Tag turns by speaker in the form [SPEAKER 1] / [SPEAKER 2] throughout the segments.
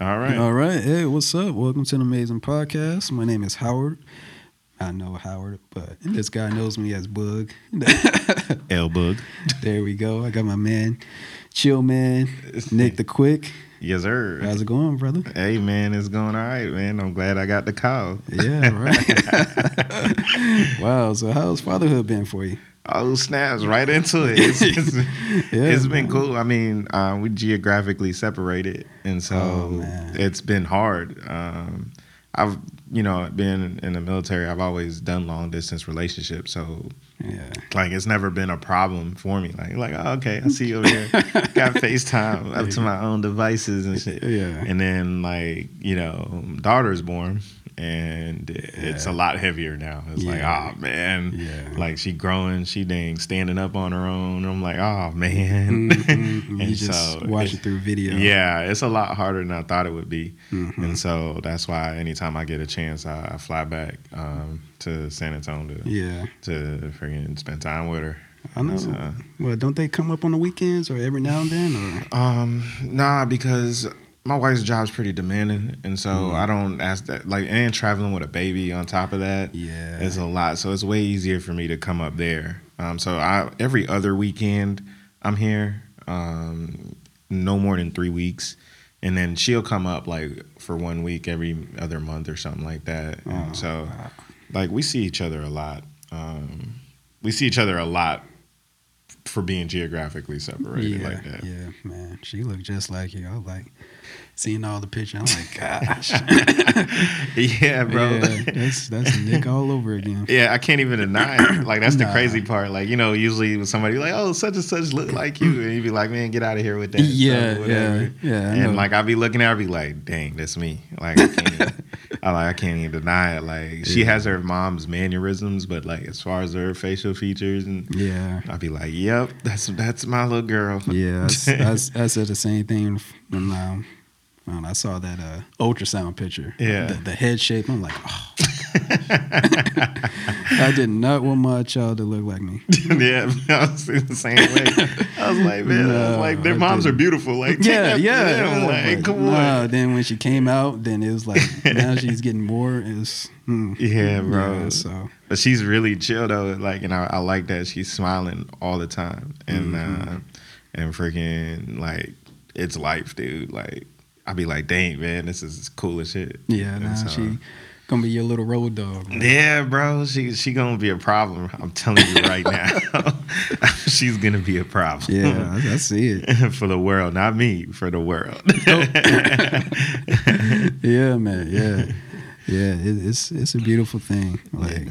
[SPEAKER 1] All right.
[SPEAKER 2] All right. Hey, what's up? Welcome to an amazing podcast. My name is Howard. I know Howard, but this guy knows me as Bug.
[SPEAKER 1] L Bug.
[SPEAKER 2] there we go. I got my man, Chill Man, Nick the Quick.
[SPEAKER 1] Yes, sir.
[SPEAKER 2] How's it going, brother?
[SPEAKER 1] Hey, man, it's going all right, man. I'm glad I got the call.
[SPEAKER 2] Yeah, right. wow. So, how's fatherhood been for you?
[SPEAKER 1] Oh, snaps right into it. It's, it's,
[SPEAKER 2] Yeah,
[SPEAKER 1] it's been
[SPEAKER 2] man.
[SPEAKER 1] cool. I mean, uh, we geographically separated, and so
[SPEAKER 2] Oh, man.
[SPEAKER 1] it's been hard. Um, I've, you know, been in the military. I've always done long distance relationships, so
[SPEAKER 2] Yeah.
[SPEAKER 1] like it's never been a problem for me. Like, like oh, okay, I see you over here. Got FaceTime up to my own devices and shit.
[SPEAKER 2] Yeah.
[SPEAKER 1] And then like you know, daughter's born, and it's a
[SPEAKER 2] Yeah.
[SPEAKER 1] lot heavier now. It's like,
[SPEAKER 2] Yeah.
[SPEAKER 1] oh man,
[SPEAKER 2] Yeah.
[SPEAKER 1] like she growing, she dang standing up on her own. I'm like, oh man.
[SPEAKER 2] Mm-mm.
[SPEAKER 1] And
[SPEAKER 2] Mm-hmm. you just
[SPEAKER 1] so
[SPEAKER 2] watch
[SPEAKER 1] it-
[SPEAKER 2] it through video.
[SPEAKER 1] Yeah, it's a lot harder than I thought it would be,
[SPEAKER 2] Mhm.
[SPEAKER 1] and so that's why anytime I get a chance, I, I fly back um, to San Antonio to,
[SPEAKER 2] Yeah.
[SPEAKER 1] to freaking spend time with her.
[SPEAKER 2] I know.
[SPEAKER 1] So-
[SPEAKER 2] well, don't they come up on the weekends or every now and then? Or
[SPEAKER 1] Um, nah, because my wife's job's pretty demanding, and so
[SPEAKER 2] Mm.
[SPEAKER 1] I don't ask that. Like, and traveling with a baby on top of that,
[SPEAKER 2] Yeah.
[SPEAKER 1] it's a lot. So it's way easier for me to come up there. Um, so I every other weekend I'm here. Um, no more than three weeks, and then she'll come up like for one week every other month or something like that.
[SPEAKER 2] Oh,
[SPEAKER 1] and so,
[SPEAKER 2] wow.
[SPEAKER 1] like, we see each other a lot. Um, we see each other a lot for being geographically separated
[SPEAKER 2] yeah,
[SPEAKER 1] like that.
[SPEAKER 2] yeah, man, she looked just like you. I was like seeing all the pictures. I'm like, gosh,
[SPEAKER 1] Yeah, bro.
[SPEAKER 2] Yeah,
[SPEAKER 1] Yeah.
[SPEAKER 2] that's that's Nick all over again.
[SPEAKER 1] I can't even deny it. Like that's the
[SPEAKER 2] Nah.
[SPEAKER 1] crazy part. Like you know, usually with somebody like, oh, such and such look like you, and you be like, man, get out of here with that. stuff,"
[SPEAKER 2] Yeah,
[SPEAKER 1] whatever.
[SPEAKER 2] yeah, yeah, I
[SPEAKER 1] And
[SPEAKER 2] know.
[SPEAKER 1] like I be looking at, her, I be like, dang, that's me. Like I can't, even- I like I can't even deny it. Like she
[SPEAKER 2] Yeah.
[SPEAKER 1] has her mom's mannerisms, but like as far as her facial features, and
[SPEAKER 2] Yeah,
[SPEAKER 1] I be like, yep, that's that's my little girl.
[SPEAKER 2] yeah. I, s- I said the same thing when um, when I saw that uh, ultrasound picture.
[SPEAKER 1] Yeah.
[SPEAKER 2] the, the head shape. I'm like, oh. I did not want my child to look like me.
[SPEAKER 1] yeah, I was in the same way. I was like, man, I was
[SPEAKER 2] No,
[SPEAKER 1] like their
[SPEAKER 2] I
[SPEAKER 1] moms are
[SPEAKER 2] didn't.
[SPEAKER 1] beautiful. Like, take
[SPEAKER 2] Yeah,
[SPEAKER 1] that for
[SPEAKER 2] yeah. Oh
[SPEAKER 1] them.
[SPEAKER 2] yeah,
[SPEAKER 1] Like,
[SPEAKER 2] but
[SPEAKER 1] come on.
[SPEAKER 2] nah, then when she came out, then it was like now she's getting more. Is mm,
[SPEAKER 1] Yeah, bro.
[SPEAKER 2] yeah, so
[SPEAKER 1] But she's really chill though. Like, and I, I like that she's smiling all the time, and
[SPEAKER 2] Mm-hmm.
[SPEAKER 1] uh, and freaking like it's life, dude. Like, I be like, dang, man, this is cool as shit.
[SPEAKER 2] yeah,
[SPEAKER 1] And
[SPEAKER 2] now
[SPEAKER 1] so-
[SPEAKER 2] she gonna be your little road dog. bro.
[SPEAKER 1] Yeah, bro, she she gonna be a problem. I'm telling you right now, she's gonna be a problem.
[SPEAKER 2] Yeah, I, I see it.
[SPEAKER 1] for the world, not me. For the world.
[SPEAKER 2] Yeah, man. Yeah, yeah. It, it's it's a beautiful thing. Like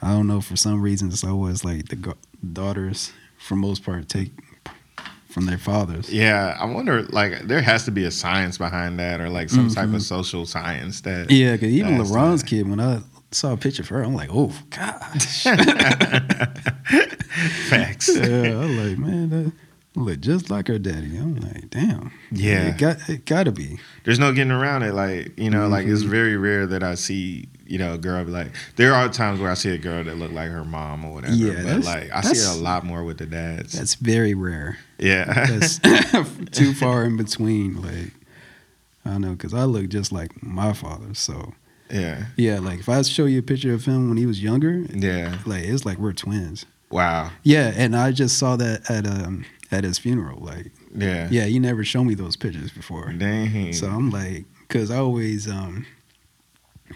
[SPEAKER 2] I don't know, for some reason, it's always like the go- daughters, for most part, take from their fathers.
[SPEAKER 1] yeah, I wonder. Like, there has to be a science behind that, or like some type of social science that.
[SPEAKER 2] Mm-hmm. Yeah, because even
[SPEAKER 1] That's nice.
[SPEAKER 2] LeBron's kid, when I saw a picture of her, I'm like, oh gosh.
[SPEAKER 1] Facts.
[SPEAKER 2] yeah, I'm like, man, that look just like her daddy. I'm like, damn.
[SPEAKER 1] Yeah.
[SPEAKER 2] It got it gotta be.
[SPEAKER 1] there's no getting around it. Like you know, like
[SPEAKER 2] Mm-hmm.
[SPEAKER 1] it's very rare that I see you know a girl be like. There are times where I see a girl that look like her mom or whatever.
[SPEAKER 2] Yeah,
[SPEAKER 1] but
[SPEAKER 2] that's-
[SPEAKER 1] like I see
[SPEAKER 2] that's-
[SPEAKER 1] it a lot more with the dads.
[SPEAKER 2] That's very rare.
[SPEAKER 1] yeah,
[SPEAKER 2] That's too far in between. Like I know, cause I look just like my father. So
[SPEAKER 1] yeah,
[SPEAKER 2] yeah, like if I show you a picture of him when he was younger,
[SPEAKER 1] yeah.
[SPEAKER 2] like it's like we're twins.
[SPEAKER 1] Wow.
[SPEAKER 2] Yeah, and I just saw that at um at his funeral. Like
[SPEAKER 1] Yeah.
[SPEAKER 2] yeah, you never showed me those pictures before.
[SPEAKER 1] Dang.
[SPEAKER 2] So I'm like, because I always um,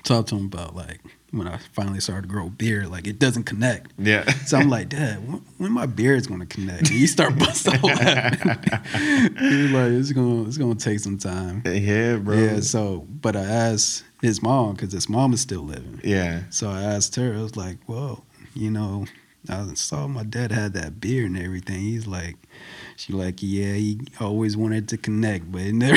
[SPEAKER 2] talk to him about like when I finally started to grow a beard, like it doesn't connect.
[SPEAKER 1] yeah.
[SPEAKER 2] So I'm like, Dad, when, when my beard's gonna connect? And you start busting. out laughing. He's like, it's gonna it's gonna take some time.
[SPEAKER 1] yeah, bro.
[SPEAKER 2] Yeah. So, but I asked his mom because his mom is still living.
[SPEAKER 1] yeah.
[SPEAKER 2] So I asked her. I was like, Well, you know. I saw my dad had that beard and everything. He's like, she like, yeah, he always wanted to connect, but it never,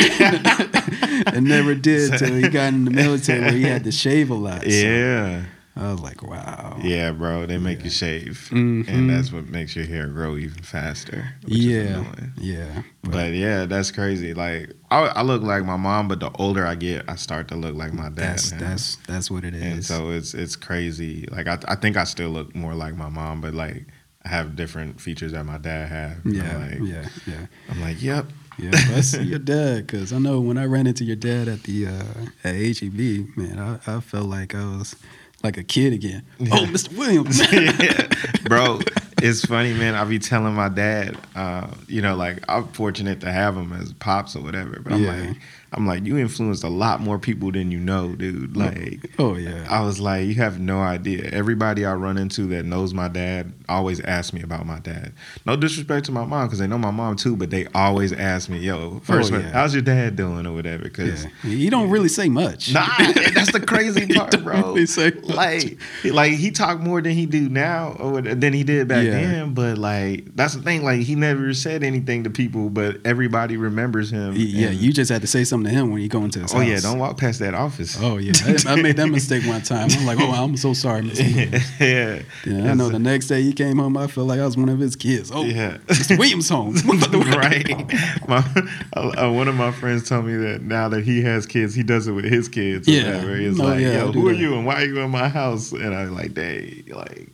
[SPEAKER 2] it never did till he got in the military where he had to shave a lot. So
[SPEAKER 1] Yeah.
[SPEAKER 2] I was like, wow.
[SPEAKER 1] Yeah, bro. They make you shave,
[SPEAKER 2] Mhm.
[SPEAKER 1] and that's what makes your hair grow even faster. Which Is
[SPEAKER 2] Yeah.
[SPEAKER 1] annoying.
[SPEAKER 2] Yeah.
[SPEAKER 1] But yeah, that's crazy. Like I, I look like my mom, but the older I get, I start to look like my dad.
[SPEAKER 2] That's
[SPEAKER 1] now.
[SPEAKER 2] that's that's what it
[SPEAKER 1] and
[SPEAKER 2] is.
[SPEAKER 1] so it's it's crazy. Like I, I think I still look more like my mom, but like I have different features that my dad had.
[SPEAKER 2] yeah,
[SPEAKER 1] I'm like,
[SPEAKER 2] yeah, yeah.
[SPEAKER 1] I'm like, yep,
[SPEAKER 2] Yeah, but I see your dad because I know when I ran into your dad at the uh, at HEB, man, I, I felt like I was like a kid again. Oh, Mr. Williams.
[SPEAKER 1] Yeah. bro. It's funny, man. I be telling my dad, uh, you know, like I'm fortunate to have him as pops or whatever. But I'm
[SPEAKER 2] Yeah.
[SPEAKER 1] like, I'm like, you influenced a lot more people than you know, dude. Like,
[SPEAKER 2] Oh yeah.
[SPEAKER 1] I was like, you have no idea. Everybody I run into that knows my dad always asks me about my dad. No disrespect to my mom because they know my mom too, but they always ask me, yo, first,
[SPEAKER 2] Oh,
[SPEAKER 1] one,
[SPEAKER 2] yeah.
[SPEAKER 1] how's your dad doing or whatever? Because
[SPEAKER 2] Yeah. You don't really say much.
[SPEAKER 1] Nah, that's the crazy
[SPEAKER 2] You
[SPEAKER 1] part,
[SPEAKER 2] don't
[SPEAKER 1] bro.
[SPEAKER 2] really say much.
[SPEAKER 1] like, like he talked more than he do now or than he did back
[SPEAKER 2] Yeah.
[SPEAKER 1] then. But like, that's the thing. Like, he never said anything to people, but everybody remembers him.
[SPEAKER 2] Y- Yeah,
[SPEAKER 1] and-
[SPEAKER 2] you just had to say something to him when you go into his
[SPEAKER 1] Oh
[SPEAKER 2] house.
[SPEAKER 1] yeah, don't walk past that office.
[SPEAKER 2] Oh yeah, I, I made that mistake one time. I'm like, oh, I'm so sorry, Mr. Williams.
[SPEAKER 1] yeah,
[SPEAKER 2] Yeah, I know. The next day he came home, I felt like I was one of his kids. Oh,
[SPEAKER 1] Yeah.
[SPEAKER 2] Mr. Williams home.
[SPEAKER 1] right. My, uh, one of my friends told me that now that he has kids, he does it with his kids. Or
[SPEAKER 2] Yeah.
[SPEAKER 1] whatever. He's
[SPEAKER 2] No,
[SPEAKER 1] like,
[SPEAKER 2] yeah, I
[SPEAKER 1] yo,
[SPEAKER 2] do
[SPEAKER 1] who are
[SPEAKER 2] that.
[SPEAKER 1] you and why are you in my house? And I'm like, dang, like.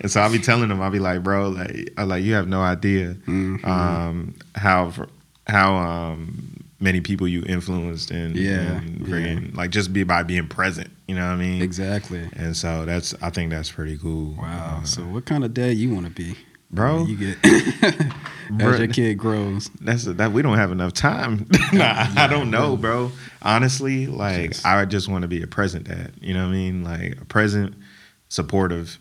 [SPEAKER 1] And so I'll be telling him, I'll be like, bro, like, I like you have no idea
[SPEAKER 2] Mm-hmm.
[SPEAKER 1] um, how how um, many people you influenced and
[SPEAKER 2] Yeah,
[SPEAKER 1] and bringing, like just be by being present. You know what I mean?
[SPEAKER 2] Exactly.
[SPEAKER 1] And so that's I think that's pretty cool.
[SPEAKER 2] Wow.
[SPEAKER 1] Uh,
[SPEAKER 2] So what kind of dad you want to be?
[SPEAKER 1] bro,
[SPEAKER 2] You get
[SPEAKER 1] Bruh.
[SPEAKER 2] as your kid grows.
[SPEAKER 1] That's that we don't have enough time. nah, I don't know, bro. Honestly, like
[SPEAKER 2] Jeez.
[SPEAKER 1] I just want to be a present dad. You know what I mean? Like a present, supportive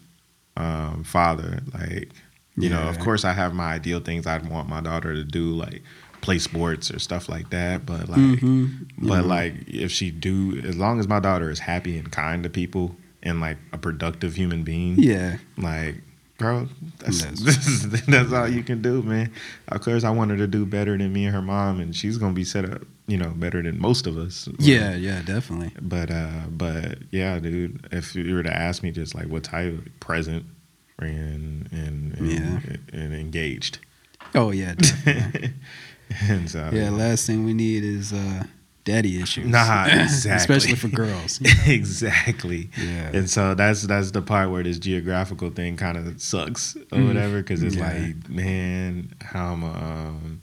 [SPEAKER 1] um, father. Like you know, of
[SPEAKER 2] Yeah.
[SPEAKER 1] course, I have my ideal things I'd want my daughter to do, like play sports or stuff like that. But like,
[SPEAKER 2] Mm-hmm.
[SPEAKER 1] but like if she do, as long as my daughter is happy and kind to people and like a productive human being,
[SPEAKER 2] Yeah.
[SPEAKER 1] like, bro, that's
[SPEAKER 2] Yes.
[SPEAKER 1] this is, that's all you can do, man. Of course, I want her to do better than me and her mom, and she's gonna be set up, you know, better than most of us.
[SPEAKER 2] Yeah. Yeah. Definitely.
[SPEAKER 1] But uh, but yeah, dude, if you were to ask me, just like what type of present and and and,
[SPEAKER 2] Yeah.
[SPEAKER 1] and engaged,
[SPEAKER 2] Oh yeah. Definitely.
[SPEAKER 1] and so
[SPEAKER 2] Yeah. Last thing we need is uh, daddy issues.
[SPEAKER 1] Nah, exactly.
[SPEAKER 2] Especially for girls.
[SPEAKER 1] exactly.
[SPEAKER 2] Yeah.
[SPEAKER 1] And so that's that's the part where this geographical thing kind of sucks or whatever, because it's
[SPEAKER 2] Mm. Yeah.
[SPEAKER 1] like, man, how I'm um,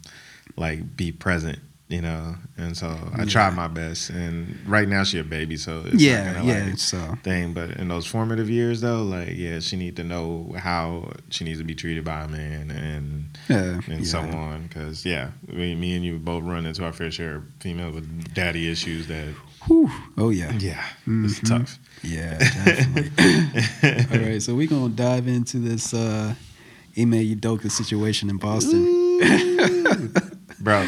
[SPEAKER 1] like be present, you know. And so I tried my best, and right now she a baby, so it's not
[SPEAKER 2] yeah.
[SPEAKER 1] gonna,
[SPEAKER 2] Yeah.
[SPEAKER 1] like,
[SPEAKER 2] so
[SPEAKER 1] thing. But in those formative years, though, like yeah, she need to know how she needs to be treated by a man and
[SPEAKER 2] yeah.
[SPEAKER 1] and
[SPEAKER 2] yeah.
[SPEAKER 1] so on. Because yeah, we, me and you both run into our fair share of females with daddy issues that
[SPEAKER 2] Whew. Oh yeah. Mm-hmm.
[SPEAKER 1] yeah, it's tough.
[SPEAKER 2] Yeah, definitely. All right, so we're gonna dive into this uh Ime Udoka situation in Boston.
[SPEAKER 1] bro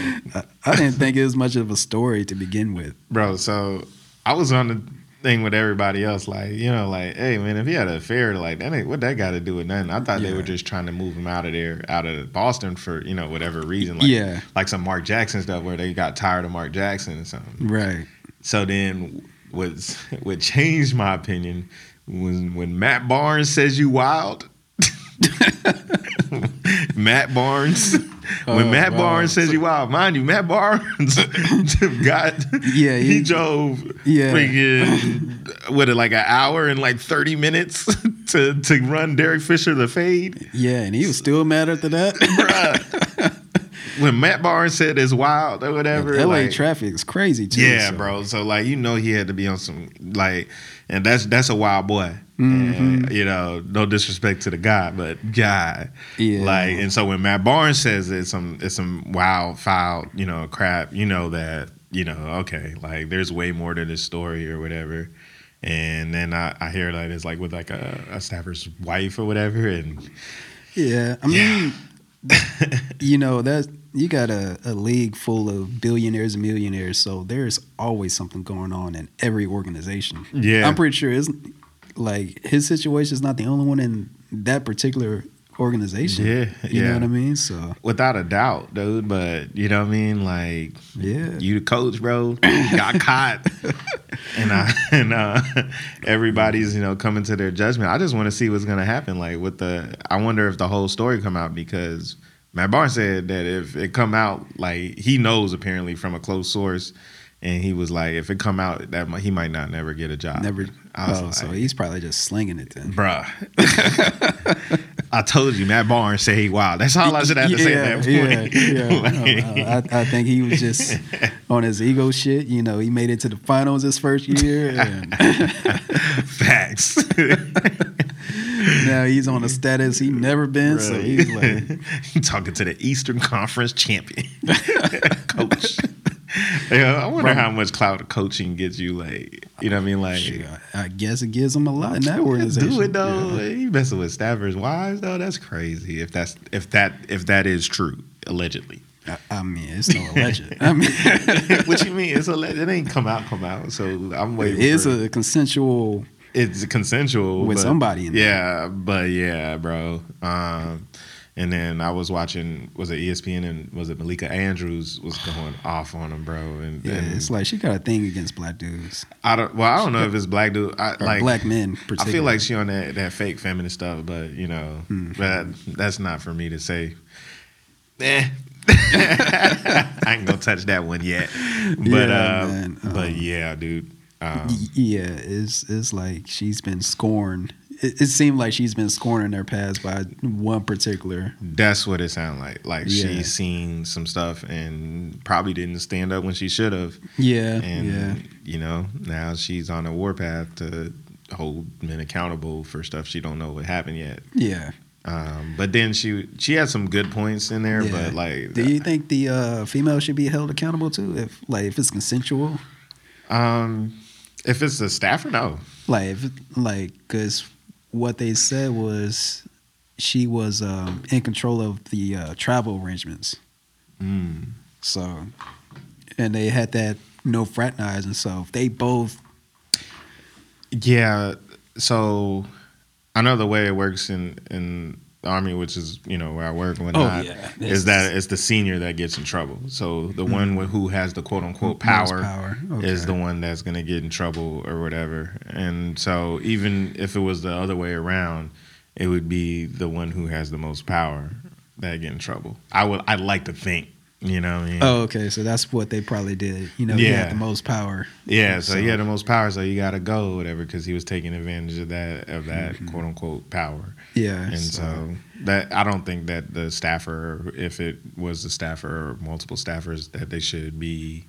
[SPEAKER 2] I didn't think it was much of a story to begin with.
[SPEAKER 1] bro so i was on the thing with everybody else like you know like hey man if he had an affair like that ain't what that got to do with nothing i thought they
[SPEAKER 2] Yeah.
[SPEAKER 1] were just trying to move him out of there out of boston for you know whatever reason like
[SPEAKER 2] Yeah.
[SPEAKER 1] like some mark jackson stuff where they got tired of mark jackson or something
[SPEAKER 2] Right.
[SPEAKER 1] so then what's what changed my opinion when when matt barnes says you wild Matt Barnes. When
[SPEAKER 2] Oh,
[SPEAKER 1] Matt
[SPEAKER 2] wow.
[SPEAKER 1] Barnes says you wild, mind you, Matt Barnes got
[SPEAKER 2] Yeah,
[SPEAKER 1] he,
[SPEAKER 2] he-
[SPEAKER 1] drove
[SPEAKER 2] Yeah.
[SPEAKER 1] freaking what like an hour and like thirty minutes to to run Derek Fisher the fade.
[SPEAKER 2] Yeah, and he was still mad after that.
[SPEAKER 1] When Matt Barnes said it's wild or whatever,
[SPEAKER 2] LA
[SPEAKER 1] like,
[SPEAKER 2] traffic is crazy too.
[SPEAKER 1] Yeah,
[SPEAKER 2] so-
[SPEAKER 1] bro. So like you know he had to be on some like and that's that's a wild boy.
[SPEAKER 2] Mm-hmm.
[SPEAKER 1] And, you know, no disrespect to the guy, but God.
[SPEAKER 2] Yeah.
[SPEAKER 1] Like and so when Matt Barnes says it's some it's some wild foul, you know, crap, you know that, you know, okay, like there's way more to this story or whatever. And then I, I hear that it's like with like a, a snapper's wife or whatever and
[SPEAKER 2] Yeah, I mean, you know that you got a, a league full of billionaires and millionaires, so there's always something going on in every organization.
[SPEAKER 1] Yeah.
[SPEAKER 2] I'm pretty sure it's like his situation is not the only one in that particular organization.
[SPEAKER 1] Yeah,
[SPEAKER 2] you
[SPEAKER 1] yeah.
[SPEAKER 2] know what I mean. So
[SPEAKER 1] without a doubt, dude, but you know what I mean? Like
[SPEAKER 2] yeah,
[SPEAKER 1] you the coach, bro. You got caught, and I, and uh, everybody's you know coming to their judgment. I just want to see what's gonna happen. Like with the, I wonder if the whole story come out because Matt Barnes said that if it come out, like he knows apparently from a close source, and he was like, if it come out, that mi- he might not never get a job.
[SPEAKER 2] never.
[SPEAKER 1] I was
[SPEAKER 2] oh,
[SPEAKER 1] like,
[SPEAKER 2] so he's probably just slinging it then.
[SPEAKER 1] bruh. I told you, Matt Barnes said, "Hey, wow, that's all I should have to say at that point."
[SPEAKER 2] Yeah, yeah. Uh, I, I think he was just on his ego shit. You know, he made it to the finals his first year, and
[SPEAKER 1] Facts.
[SPEAKER 2] now he's on a status he never been. So he's like,
[SPEAKER 1] talking to the Eastern Conference champion coach. Yeah, I wonder how much cloud coaching gets you. Like, you know what I mean? Like,
[SPEAKER 2] Shit, I- I guess it gives him a lot in that organization.
[SPEAKER 1] do it though. He messing with Stafford's wives though. That's crazy. If that's if that if that is true, allegedly.
[SPEAKER 2] Yeah. I, I mean, it's no legend. I mean,
[SPEAKER 1] what you mean? It's a it ain't come out, come out. So I'm waiting.
[SPEAKER 2] it's
[SPEAKER 1] for-
[SPEAKER 2] a consensual.
[SPEAKER 1] it's consensual
[SPEAKER 2] With
[SPEAKER 1] but-
[SPEAKER 2] somebody in there.
[SPEAKER 1] yeah, but yeah, bro. Um, and then I was watching was it E ESPN and was it Malika Andrews was going off on him, bro. And,
[SPEAKER 2] Yeah,
[SPEAKER 1] and
[SPEAKER 2] it's like she got a thing against black dudes,
[SPEAKER 1] I don't. Well, I don't know if it's black dude. I,
[SPEAKER 2] or
[SPEAKER 1] like
[SPEAKER 2] black men.
[SPEAKER 1] I
[SPEAKER 2] Particularly.
[SPEAKER 1] feel like she on that, that fake feminist stuff, but you know,
[SPEAKER 2] Hmm.
[SPEAKER 1] that that's not for me to say. Eh. I ain't gonna touch that one yet. But
[SPEAKER 2] Yeah,
[SPEAKER 1] uh,
[SPEAKER 2] man,
[SPEAKER 1] but
[SPEAKER 2] um,
[SPEAKER 1] yeah, dude. Um,
[SPEAKER 2] Y- yeah, it's it's like she's been scorned. It, it seemed like she's been scorning their past by one particular.
[SPEAKER 1] That's what it sounded like. Like
[SPEAKER 2] Yeah.
[SPEAKER 1] she seen some stuff and probably didn't stand up when she should have.
[SPEAKER 2] Yeah,
[SPEAKER 1] And
[SPEAKER 2] yeah.
[SPEAKER 1] you know, now she's on a warpath to hold men accountable for stuff she don't know what happened yet.
[SPEAKER 2] Yeah.
[SPEAKER 1] Um, but then she she had some good points in there,
[SPEAKER 2] yeah.
[SPEAKER 1] but like
[SPEAKER 2] do you think the uh, female should be held accountable too? If like if it's consensual,
[SPEAKER 1] um if it's a staffer, no.
[SPEAKER 2] like if, like because what they said was she was um, in control of the uh, travel arrangements.
[SPEAKER 1] Mm.
[SPEAKER 2] So, and they had that no fraternizing. So if they both
[SPEAKER 1] Yeah. So I know the way it works in in the army, which is you know where I work and whatnot,
[SPEAKER 2] yeah.
[SPEAKER 1] is that it's the senior that gets in trouble. So the one with, who has the quote unquote
[SPEAKER 2] Most
[SPEAKER 1] power,
[SPEAKER 2] power,
[SPEAKER 1] is the
[SPEAKER 2] okay.
[SPEAKER 1] one that's going to get in trouble or whatever. And so even if it was the other way around, it would be the one who has the most power that get in trouble. I would I like to think, you know what I mean?
[SPEAKER 2] Oh, okay. So that's what they probably did. You know, he
[SPEAKER 1] Yeah.
[SPEAKER 2] had the most power.
[SPEAKER 1] Yeah, so, he had the most power, so you got to go, whatever, because he was taking advantage of that of that
[SPEAKER 2] Mm-hmm.
[SPEAKER 1] quote unquote power.
[SPEAKER 2] Yeah.
[SPEAKER 1] And so that I don't think that the staffer, if it was the staffer or multiple staffers, that they should be,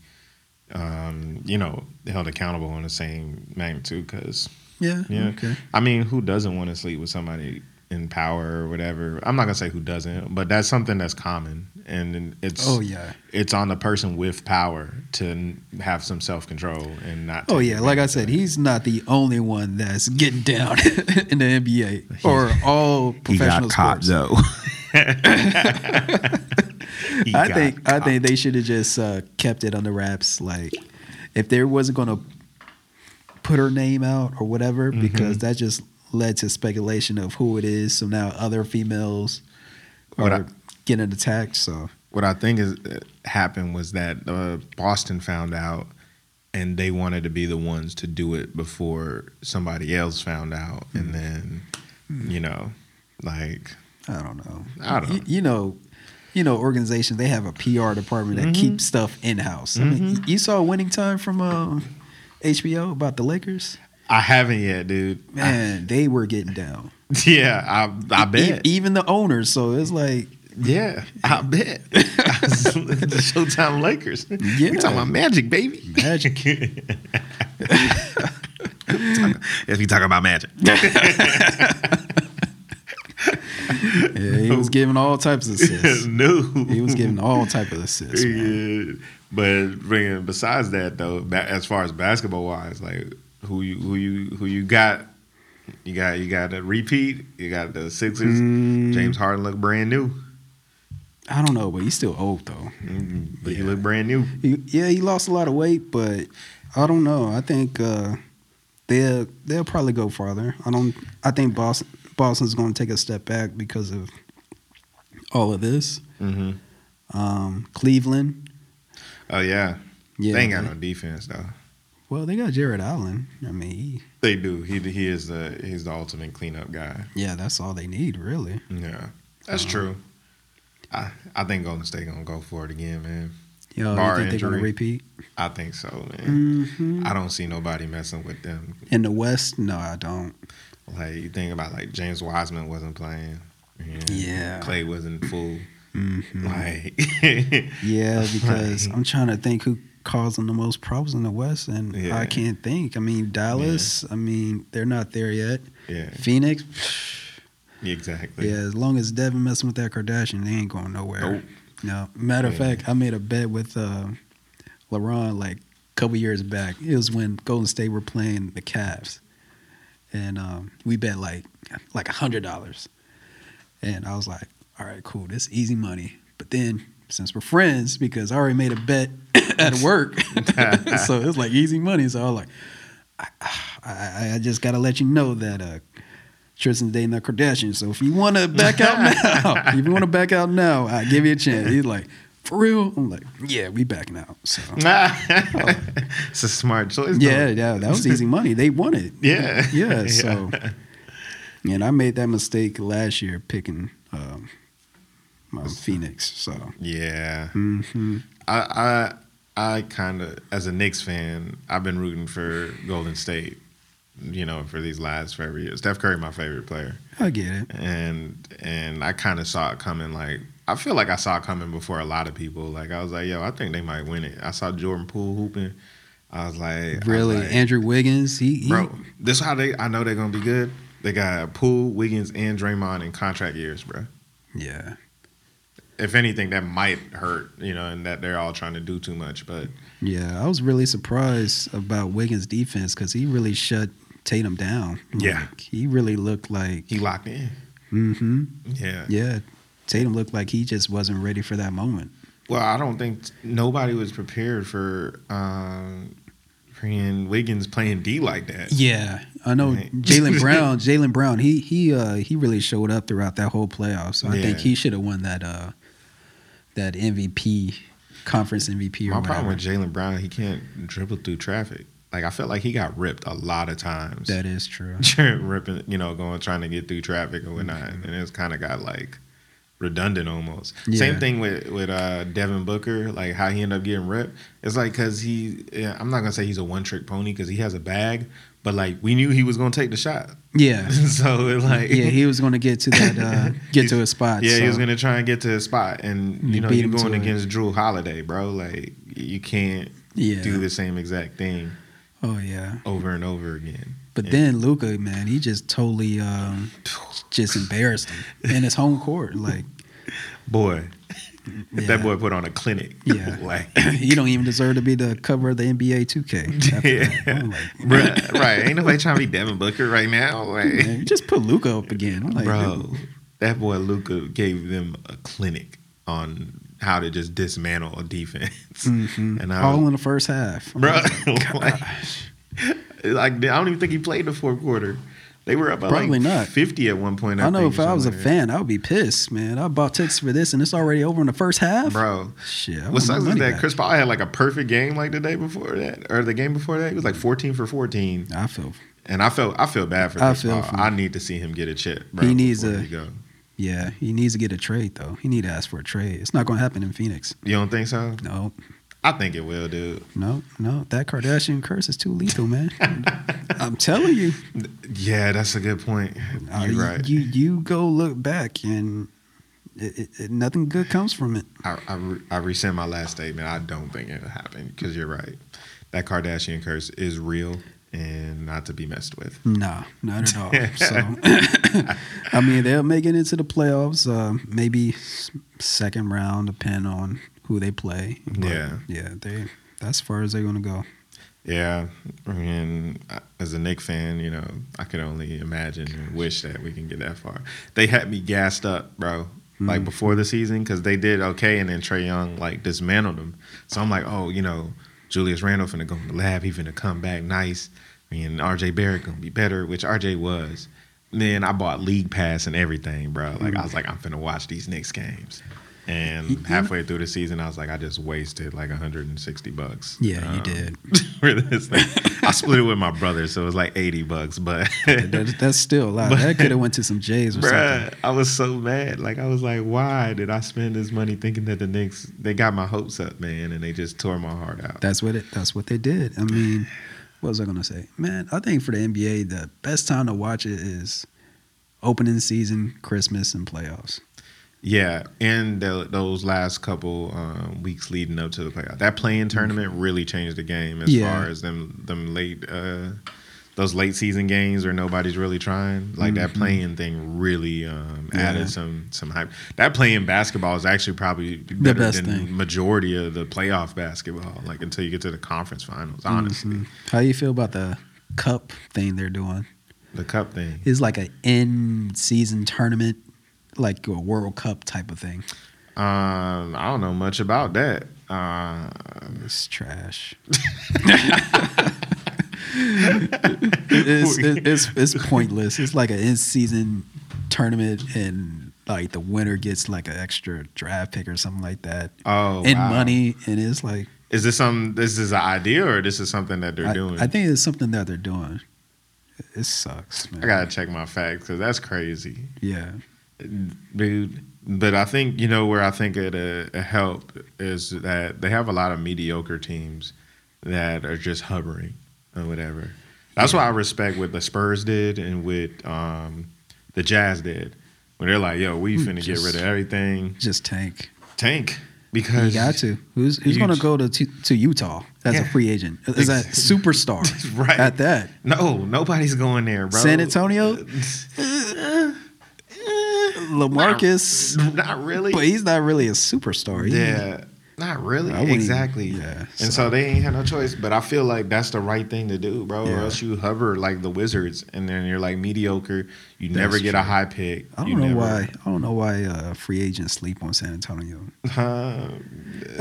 [SPEAKER 1] um, you know, held accountable on the same magnitude. Because
[SPEAKER 2] yeah.
[SPEAKER 1] yeah,
[SPEAKER 2] Okay.
[SPEAKER 1] I mean, who doesn't want to sleep with somebody in power or whatever? I'm not gonna say who doesn't, but that's something that's common, and it's
[SPEAKER 2] Oh yeah.
[SPEAKER 1] it's on the person with power to n- have some self control and not.
[SPEAKER 2] Oh
[SPEAKER 1] take
[SPEAKER 2] yeah. Like I
[SPEAKER 1] advantage of
[SPEAKER 2] said,
[SPEAKER 1] it.
[SPEAKER 2] he's not the only one that's getting down in the NBA or all professional sports.
[SPEAKER 1] though. He
[SPEAKER 2] I
[SPEAKER 1] got
[SPEAKER 2] think I
[SPEAKER 1] copped.
[SPEAKER 2] think they should have just uh, kept it under wraps. Like, if they wasn't gonna put her name out or whatever,
[SPEAKER 1] Mm-hmm.
[SPEAKER 2] because that just led to speculation of who it is. So now other females
[SPEAKER 1] What
[SPEAKER 2] are
[SPEAKER 1] I-
[SPEAKER 2] getting attacked. So
[SPEAKER 1] what I think is uh, happened was that uh, Boston found out, and they wanted to be the ones to do it before somebody else found out, and then you know, like
[SPEAKER 2] I don't know.
[SPEAKER 1] I don't
[SPEAKER 2] Y-
[SPEAKER 1] know.
[SPEAKER 2] You, know, you know, organizations they have a PR department that
[SPEAKER 1] Mm-hmm.
[SPEAKER 2] keeps stuff in house. I mean, y- you saw Winning Time from um, HBO about the Lakers.
[SPEAKER 1] I haven't yet, dude.
[SPEAKER 2] Man, they were getting down.
[SPEAKER 1] yeah, I I bet.
[SPEAKER 2] E- even the owners. So it's like,
[SPEAKER 1] Yeah, I bet. the Showtime Lakers.
[SPEAKER 2] Yeah.
[SPEAKER 1] We talking about magic, baby.
[SPEAKER 2] Magic.
[SPEAKER 1] if you talking about magic.
[SPEAKER 2] yeah, he was giving all types of assists.
[SPEAKER 1] no.
[SPEAKER 2] he was giving all type of assists. Man.
[SPEAKER 1] Yeah. But bringing besides that though, ba- as far as basketball wise, like who you who you who you got, you got you got a repeat. You got the Sixers.
[SPEAKER 2] Mm.
[SPEAKER 1] James Harden looked brand new,
[SPEAKER 2] I don't know, but he's still old though.
[SPEAKER 1] but he looked brand new.
[SPEAKER 2] He, yeah, he lost a lot of weight, but I don't know. I think uh, they'll they'll probably go farther. I don't. I think Boston Boston's going to take a step back because of all of this.
[SPEAKER 1] hmm
[SPEAKER 2] Um, Cleveland,
[SPEAKER 1] Oh yeah.
[SPEAKER 2] yeah.
[SPEAKER 1] they ain't got no defense though.
[SPEAKER 2] well, they got Jared Allen. I mean, he,
[SPEAKER 1] They do. He he is the he's the ultimate cleanup guy.
[SPEAKER 2] yeah, that's all they need really.
[SPEAKER 1] Yeah, that's
[SPEAKER 2] Um,
[SPEAKER 1] true. I I think Golden State gonna go for it again, man.
[SPEAKER 2] You know,
[SPEAKER 1] Bar
[SPEAKER 2] you think they're going
[SPEAKER 1] injury.
[SPEAKER 2] to repeat?
[SPEAKER 1] I think so, man.
[SPEAKER 2] hmm
[SPEAKER 1] I don't see nobody messing with them.
[SPEAKER 2] In the West, no, I don't.
[SPEAKER 1] Like you think about like James Wiseman wasn't playing. Yeah.
[SPEAKER 2] Yeah.
[SPEAKER 1] Clay wasn't full.
[SPEAKER 2] Mhm.
[SPEAKER 1] Like,
[SPEAKER 2] Yeah, because
[SPEAKER 1] Right.
[SPEAKER 2] I'm trying to think who causing the most problems in the West, and
[SPEAKER 1] Yeah.
[SPEAKER 2] I can't think. I mean, Dallas. I mean, they're not there yet.
[SPEAKER 1] yeah,
[SPEAKER 2] Phoenix.
[SPEAKER 1] exactly.
[SPEAKER 2] Yeah, as long as Devin messing with that Kardashian, they ain't going nowhere.
[SPEAKER 1] Nope.
[SPEAKER 2] No. Matter of
[SPEAKER 1] Yeah.
[SPEAKER 2] fact, I made a bet with uh, LaRon like a couple years back. It was when Golden State were playing the Cavs, and um, we bet like like a hundred dollars. And I was like, "All right, cool, this easy money." But then since we're friends, because I already made a bet at work, so it's like easy money. So I was like, I, I, "I just gotta let you know that uh, Tristan's dating a Kardashian. So if you want to back out now, if you want to back out now, I give you a chance. He's like, for real? I'm like, yeah, we backing out. So
[SPEAKER 1] it's a smart choice. though.
[SPEAKER 2] yeah, yeah, that was easy money. They won it.
[SPEAKER 1] Yeah.
[SPEAKER 2] yeah. So, and I made that mistake last year picking um, my Phoenix. So
[SPEAKER 1] Yeah.
[SPEAKER 2] hmm
[SPEAKER 1] I I I kind of as a Knicks fan, I've been rooting for Golden State. You know, for these last forever years. Steph Curry, my favorite player,
[SPEAKER 2] I get it.
[SPEAKER 1] and and I kind of saw it coming. Like I feel like I saw it coming before a lot of people. Like I was like, yo, I think they might win it. I saw Jordan Poole hooping. I was like, I was
[SPEAKER 2] Really,
[SPEAKER 1] like,
[SPEAKER 2] Andrew Wiggins. He, he
[SPEAKER 1] bro. This is how they. I know they're gonna be good. They got Poole, Wiggins, and Draymond in contract years, bro.
[SPEAKER 2] yeah,
[SPEAKER 1] If anything, that might hurt. You know, and that they're all trying to do too much, but.
[SPEAKER 2] yeah. I was really surprised about Wiggins' defense because he really shut Tatum down.
[SPEAKER 1] Yeah.
[SPEAKER 2] Like, he really looked like
[SPEAKER 1] He locked in.
[SPEAKER 2] hmm
[SPEAKER 1] Yeah.
[SPEAKER 2] Yeah, Tatum looked like he just wasn't ready for that moment.
[SPEAKER 1] Well, I don't think nobody was prepared for um Brian Wiggins playing D like that.
[SPEAKER 2] Yeah, I know
[SPEAKER 1] Right.
[SPEAKER 2] Jalen Brown. Jalen Brown. He he uh, he really showed up throughout that whole playoff. So I think
[SPEAKER 1] Yeah.
[SPEAKER 2] he should have won that uh, that MVP conference MVP. Or
[SPEAKER 1] My
[SPEAKER 2] whatever.
[SPEAKER 1] problem with Jalen Brown, he can't dribble through traffic. Like I felt like he got ripped a lot of times.
[SPEAKER 2] that is true.
[SPEAKER 1] ripping, you know, going trying to get through traffic and whatnot, and it's kind of got like redundant almost.
[SPEAKER 2] Yeah.
[SPEAKER 1] Same thing with with uh, Devin Booker, like how he ended up getting ripped. It's like because he, yeah, I'm not gonna say he's a one trick pony because he has a bag, but like we knew he was gonna take the shot,
[SPEAKER 2] Yeah,
[SPEAKER 1] so it like
[SPEAKER 2] yeah. He was going to get to that uh, get to his spot.
[SPEAKER 1] Yeah,
[SPEAKER 2] so.
[SPEAKER 1] he was gonna try and get to his spot, and
[SPEAKER 2] They
[SPEAKER 1] you know
[SPEAKER 2] beat
[SPEAKER 1] you're
[SPEAKER 2] him
[SPEAKER 1] going
[SPEAKER 2] to it.
[SPEAKER 1] against Drew Holiday, bro. Like you can't
[SPEAKER 2] Yeah.
[SPEAKER 1] do the same exact thing
[SPEAKER 2] Oh yeah.
[SPEAKER 1] over and over again.
[SPEAKER 2] But
[SPEAKER 1] Yeah.
[SPEAKER 2] then Luca, man, he just totally um, just embarrassed him in his home court. Like
[SPEAKER 1] Boy, if
[SPEAKER 2] yeah.
[SPEAKER 1] that boy put on a clinic.
[SPEAKER 2] Yeah.
[SPEAKER 1] like
[SPEAKER 2] he don't even deserve to be the cover of the NBA 2K. After that. I'm like,
[SPEAKER 1] bruh, right? Ain't nobody trying to be Devin Booker right now, like,
[SPEAKER 2] man, just put Luca up again. I'm like,
[SPEAKER 1] bro. That boy Luca gave them a clinic on how to just dismantle a defense,
[SPEAKER 2] Mhm.
[SPEAKER 1] and I was
[SPEAKER 2] all in the first half, I'm
[SPEAKER 1] bro.
[SPEAKER 2] like,
[SPEAKER 1] like, like, I don't even think he played the fourth quarter. They were up by
[SPEAKER 2] Probably
[SPEAKER 1] like
[SPEAKER 2] not.
[SPEAKER 1] fifty at one point. I,
[SPEAKER 2] I know
[SPEAKER 1] think,
[SPEAKER 2] if
[SPEAKER 1] or
[SPEAKER 2] I was a
[SPEAKER 1] something like
[SPEAKER 2] fan, I would be pissed, man. I bought tickets for this, and it's already over in the first half,
[SPEAKER 1] that. bro.
[SPEAKER 2] Shit, I
[SPEAKER 1] What
[SPEAKER 2] want my
[SPEAKER 1] sucks is
[SPEAKER 2] money
[SPEAKER 1] that
[SPEAKER 2] back.
[SPEAKER 1] Chris Paul had like a perfect game like the day before that, or the game before that. He was like fourteen for fourteen,
[SPEAKER 2] I feel,
[SPEAKER 1] and I felt I feel bad for
[SPEAKER 2] I
[SPEAKER 1] Chris
[SPEAKER 2] feel
[SPEAKER 1] Paul.
[SPEAKER 2] for him.
[SPEAKER 1] I need to see him get a chip. Bro,
[SPEAKER 2] He needs
[SPEAKER 1] before
[SPEAKER 2] a-
[SPEAKER 1] he go.
[SPEAKER 2] yeah, he needs to get a trade though. He need to ask for a trade. It's not going to happen in Phoenix.
[SPEAKER 1] You don't think so?
[SPEAKER 2] No,
[SPEAKER 1] I think it will, dude.
[SPEAKER 2] no, no. That Kardashian curse is too lethal, man. I'm telling you.
[SPEAKER 1] Yeah, that's a good point.
[SPEAKER 2] Uh,
[SPEAKER 1] You're
[SPEAKER 2] you-
[SPEAKER 1] right.
[SPEAKER 2] You you go look back and it, it, it, nothing good comes from it.
[SPEAKER 1] I, I, re- I resent my last statement. I don't think it'll happen because you're right. That Kardashian curse is real and not to be messed with.
[SPEAKER 2] Nah, not at all. so I mean, they'll make it into the playoffs. Uh, maybe s- second round, depending on who they play. But,
[SPEAKER 1] Yeah.
[SPEAKER 2] yeah. They that's as far as they're gonna go.
[SPEAKER 1] Yeah, I mean, I- as a Nick fan, you know, I could only imagine and wish that we can get that far. They had me gassed up, bro. Like before the season, because they did okay, and then Trey Young like dismantled them. So I'm like, oh, you know, Julius Randle finna go in the lab. He finna come back nice. I mean, RJ Barrett gonna be better, which RJ was. Then I bought league pass and everything, bro. Like I was like, I'm finna watch these Knicks games. And halfway through the season, I was like, I just wasted like 160 bucks.
[SPEAKER 2] Yeah, you
[SPEAKER 1] Um,
[SPEAKER 2] did.
[SPEAKER 1] for this thing. I split it with my brother, so it was like eighty bucks. But
[SPEAKER 2] That, that's still a lot.
[SPEAKER 1] But-
[SPEAKER 2] that could have went to some J's or something.
[SPEAKER 1] bruh, I was so mad. Like I was like, why did I spend this money thinking that the Knicks they got my hopes up, man, and they just tore my heart out.
[SPEAKER 2] That's what it. That's what they did. I mean, what was I gonna say, man? I think for the NBA, the best time to watch it is opening season, Christmas, and playoffs.
[SPEAKER 1] Yeah, and the, those last couple um, weeks leading up to the playoff, that playing tournament really changed the game as
[SPEAKER 2] Mm. Yeah.
[SPEAKER 1] far as them them late uh, those late season games where nobody's really trying. Like that playing thing really um, added
[SPEAKER 2] Mm-hmm. Yeah.
[SPEAKER 1] some some hype. That playing basketball is actually probably better
[SPEAKER 2] best
[SPEAKER 1] than
[SPEAKER 2] thing.
[SPEAKER 1] majority of the playoff basketball. Like until you get to the conference finals,
[SPEAKER 2] Mm-hmm.
[SPEAKER 1] honestly,
[SPEAKER 2] How you feel about the cup thing they're doing?
[SPEAKER 1] the cup thing.
[SPEAKER 2] It's like an end season tournament, like a World Cup type of thing.
[SPEAKER 1] Um, I don't know much about that. Uh,
[SPEAKER 2] It's trash. it's, it- it's it's pointless. It's like an in season tournament, and like the winner gets like an extra draft pick or something like that,
[SPEAKER 1] oh,
[SPEAKER 2] and
[SPEAKER 1] wow.
[SPEAKER 2] money. And it's like
[SPEAKER 1] Is this some? This is an idea, or this is something that they're
[SPEAKER 2] I,
[SPEAKER 1] doing?
[SPEAKER 2] I think it's something that they're doing. It sucks, man.
[SPEAKER 1] I gotta check my facts because that's crazy,
[SPEAKER 2] yeah,
[SPEAKER 1] dude. But I think you know where I think it uh, it help is that they have a lot of mediocre teams that are just hovering or whatever. That's why I respect what the Spurs did and what um, the Jazz did. When they're like, "Yo, we
[SPEAKER 2] Hmm,
[SPEAKER 1] finna get
[SPEAKER 2] just-
[SPEAKER 1] rid of everything,
[SPEAKER 2] just tank.
[SPEAKER 1] tank,"
[SPEAKER 2] You
[SPEAKER 1] because
[SPEAKER 2] got to. Who's who's
[SPEAKER 1] You
[SPEAKER 2] going to
[SPEAKER 1] j-
[SPEAKER 2] go to to Utah as a
[SPEAKER 1] Yeah.
[SPEAKER 2] free agent? Is that
[SPEAKER 1] Ex-
[SPEAKER 2] superstar?
[SPEAKER 1] Right.
[SPEAKER 2] at that.
[SPEAKER 1] no, nobody's going there, bro.
[SPEAKER 2] San Antonio? Lamarcus,
[SPEAKER 1] not really.
[SPEAKER 2] but he's not really a superstar. He-
[SPEAKER 1] Yeah. Not really.
[SPEAKER 2] I wouldn't
[SPEAKER 1] Exactly.
[SPEAKER 2] even- yeah,
[SPEAKER 1] And
[SPEAKER 2] so-
[SPEAKER 1] so they ain't had no choice. But I feel like that's the right thing to do, bro. Or
[SPEAKER 2] Yeah.
[SPEAKER 1] else you hover like the Wizards and then you're like mediocre. You never
[SPEAKER 2] That's
[SPEAKER 1] get a
[SPEAKER 2] true.
[SPEAKER 1] high pick.
[SPEAKER 2] I don't
[SPEAKER 1] You
[SPEAKER 2] know
[SPEAKER 1] never-
[SPEAKER 2] why. I don't know why uh, free agents sleep on San Antonio.
[SPEAKER 1] Huh?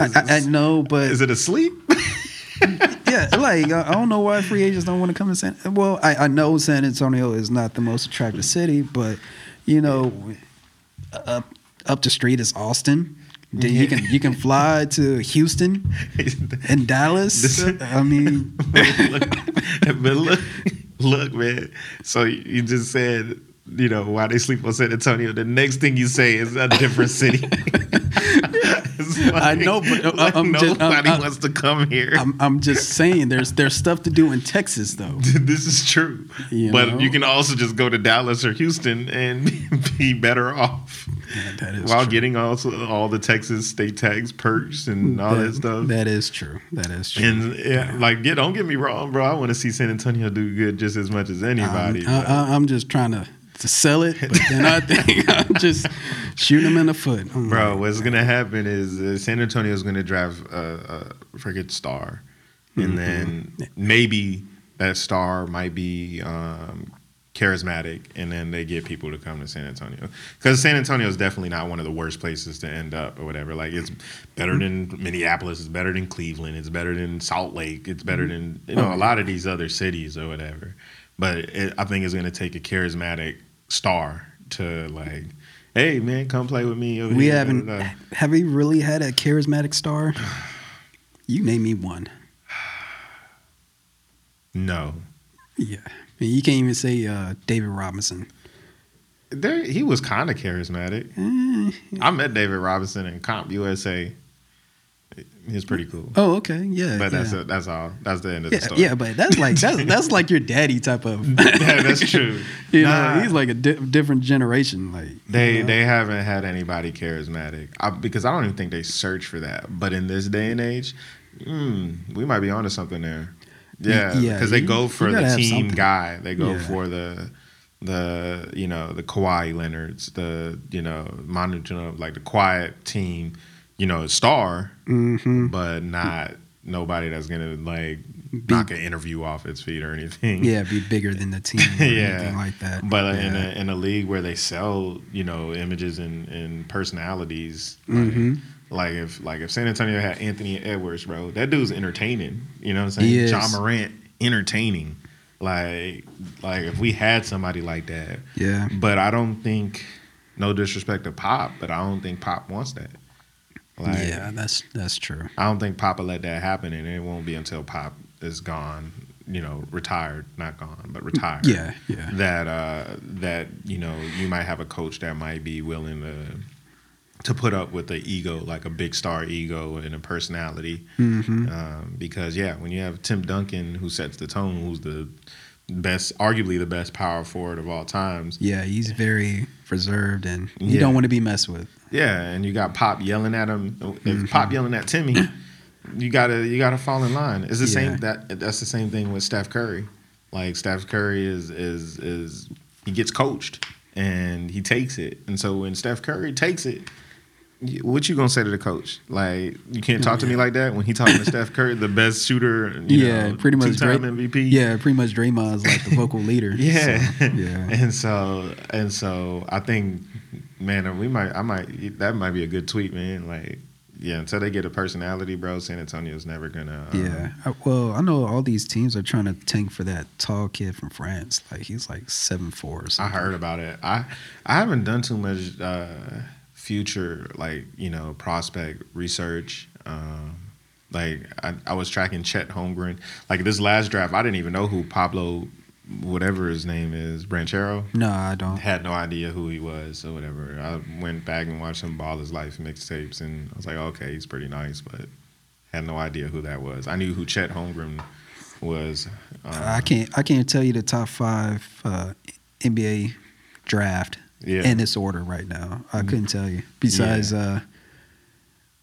[SPEAKER 2] I,
[SPEAKER 1] Is,
[SPEAKER 2] I, I know, but
[SPEAKER 1] is it asleep?
[SPEAKER 2] yeah, like I I don't know why free agents don't want to come to San. Well, I, I know San Antonio is not the most attractive city, but you know, up up the street is Austin. Then you can you can fly to Houston and Dallas.
[SPEAKER 1] This-
[SPEAKER 2] I mean,
[SPEAKER 1] but look, look, man. So you just said, you know, why they sleep on San Antonio. The next thing you say is a different city. It's
[SPEAKER 2] I know, but I-
[SPEAKER 1] like
[SPEAKER 2] I'm
[SPEAKER 1] nobody
[SPEAKER 2] just- um, uh, I'm- I'm-
[SPEAKER 1] wants to come here.
[SPEAKER 2] I'm I'm just saying there's there's stuff to do in Texas though.
[SPEAKER 1] this is true.
[SPEAKER 2] You
[SPEAKER 1] but
[SPEAKER 2] know?
[SPEAKER 1] you can also just go to Dallas or Houston and be better off
[SPEAKER 2] that is
[SPEAKER 1] while
[SPEAKER 2] true.
[SPEAKER 1] getting also all the Texas state tax perks and all that, stuff.
[SPEAKER 2] That is true. That is true.
[SPEAKER 1] and yeah, like, yeah, don't get me wrong, bro. I want to see San Antonio do good just as much as anybody.
[SPEAKER 2] I'm,
[SPEAKER 1] but-
[SPEAKER 2] Um, I, I, am just trying to, to sell it, but then I think I'm just shooting him in the foot. I'm
[SPEAKER 1] Bro,
[SPEAKER 2] like,
[SPEAKER 1] what's gonna happen is uh, San Antonio is gonna drive a, a freaking star, and then maybe that star might be um, charismatic, and then they get people to come to San Antonio because San Antonio is definitely not one of the worst places to end up or whatever. Like it's better than Minneapolis, it's better than Cleveland, it's better than Salt Lake, it's better than you know a lot of these other cities or whatever. But it, I think it's gonna take a charismatic star to like. Hey man, come play with me. over
[SPEAKER 2] we
[SPEAKER 1] here,
[SPEAKER 2] haven't
[SPEAKER 1] da, da, da."
[SPEAKER 2] have we really had a charismatic star? You name me one.
[SPEAKER 1] No,
[SPEAKER 2] Yeah, I mean, you can't even say uh, David Robinson.
[SPEAKER 1] there he was kind of charismatic.
[SPEAKER 2] Eh,
[SPEAKER 1] I met David Robinson in Comp USA. He was pretty cool.
[SPEAKER 2] oh, okay, yeah,
[SPEAKER 1] But that's
[SPEAKER 2] yeah.
[SPEAKER 1] it. That's all. That's the end of the
[SPEAKER 2] Yeah,
[SPEAKER 1] story.
[SPEAKER 2] yeah, but that's like that's that's like your daddy type of.
[SPEAKER 1] Yeah, that's true.
[SPEAKER 2] You
[SPEAKER 1] Nah.
[SPEAKER 2] know, he's like a di- different generation. Like
[SPEAKER 1] They
[SPEAKER 2] you know?
[SPEAKER 1] they haven't had anybody charismatic I, because I don't even think they search for that. But in this day and age, mm, we might be onto something there. Yeah,
[SPEAKER 2] yeah,
[SPEAKER 1] because they
[SPEAKER 2] you-
[SPEAKER 1] go
[SPEAKER 2] you
[SPEAKER 1] for
[SPEAKER 2] gotta
[SPEAKER 1] the
[SPEAKER 2] have
[SPEAKER 1] team
[SPEAKER 2] something.
[SPEAKER 1] guy. They go
[SPEAKER 2] Yeah.
[SPEAKER 1] for the the you know the Kawhi Leonards, the you know Manu, you know, like the quiet team, you know star,
[SPEAKER 2] Mhm.
[SPEAKER 1] but not nobody that's gonna like knock an interview off its feet or anything.
[SPEAKER 2] yeah, be bigger than the team. Or
[SPEAKER 1] Yeah.
[SPEAKER 2] anything like that.
[SPEAKER 1] But uh,
[SPEAKER 2] yeah.
[SPEAKER 1] in, a, in a league where they sell, you know, images and, and personalities, like,
[SPEAKER 2] Mhm.
[SPEAKER 1] like if like if San Antonio had Anthony Edwards, bro, that dude's entertaining. You know what I'm saying?
[SPEAKER 2] He is.
[SPEAKER 1] John Morant, entertaining. Like like if we had somebody like that,
[SPEAKER 2] yeah.
[SPEAKER 1] but I don't think, no disrespect to Pop, but I don't think Pop wants that. Like,
[SPEAKER 2] yeah, that's that's true.
[SPEAKER 1] I don't think Papa let that happen, and it won't be until Pop is gone, you know, retired, not gone, but retired.
[SPEAKER 2] Yeah, yeah.
[SPEAKER 1] That uh, that you know you might have a coach that might be willing to to put up with the ego, like a big star ego and a personality, um, because yeah, when you have Tim Duncan who sets the tone, who's the best, arguably the best power forward of all times.
[SPEAKER 2] Yeah, he's very reserved and you
[SPEAKER 1] Yeah.
[SPEAKER 2] don't want to be messed with.
[SPEAKER 1] Yeah, and you got Pop yelling at him. If
[SPEAKER 2] Mm-hmm.
[SPEAKER 1] Pop yelling at Timmy, you gotta you gotta fall in line. It's the
[SPEAKER 2] Yeah.
[SPEAKER 1] same that that's the same thing with Steph Curry. Like Steph Curry is is is he gets coached and he takes it, and so when Steph Curry takes it. y- What you gonna say to the coach? Like you can't talk to me like that when he talking to Steph Curry, the best shooter. You
[SPEAKER 2] Mm-hmm. yeah,
[SPEAKER 1] know,
[SPEAKER 2] pretty much
[SPEAKER 1] two-time
[SPEAKER 2] Dray-
[SPEAKER 1] MVP.
[SPEAKER 2] Yeah, pretty much Draymond's like the vocal leader.
[SPEAKER 1] Yeah.
[SPEAKER 2] so, yeah.
[SPEAKER 1] And so and so I think man, we might I might that might be a good tweet, man. Like yeah, until they get a personality, bro, San Antonio's never gonna uh,
[SPEAKER 2] Yeah. I- well, I know all these teams are trying to tank for that tall kid from France. Like he's like seven four or
[SPEAKER 1] I
[SPEAKER 2] something.
[SPEAKER 1] heard about it. I I haven't done too much uh future like, you know, prospect research. Um like I, I was tracking Chet Holmgren. Like this last draft, I didn't even know who Pablo whatever his name is, Branchero.
[SPEAKER 2] No, I don't.
[SPEAKER 1] had no idea who he was or whatever. I went back and watched some Ball His Life mixtapes, and I was like, okay, he's pretty nice, but had no idea who that was. I knew who Chet Holmgren was. Um,
[SPEAKER 2] I can't. I can't tell you the top five uh, NBA draft
[SPEAKER 1] Yeah. Mm-hmm.
[SPEAKER 2] in this order right now. I couldn't tell you. Besides, uh,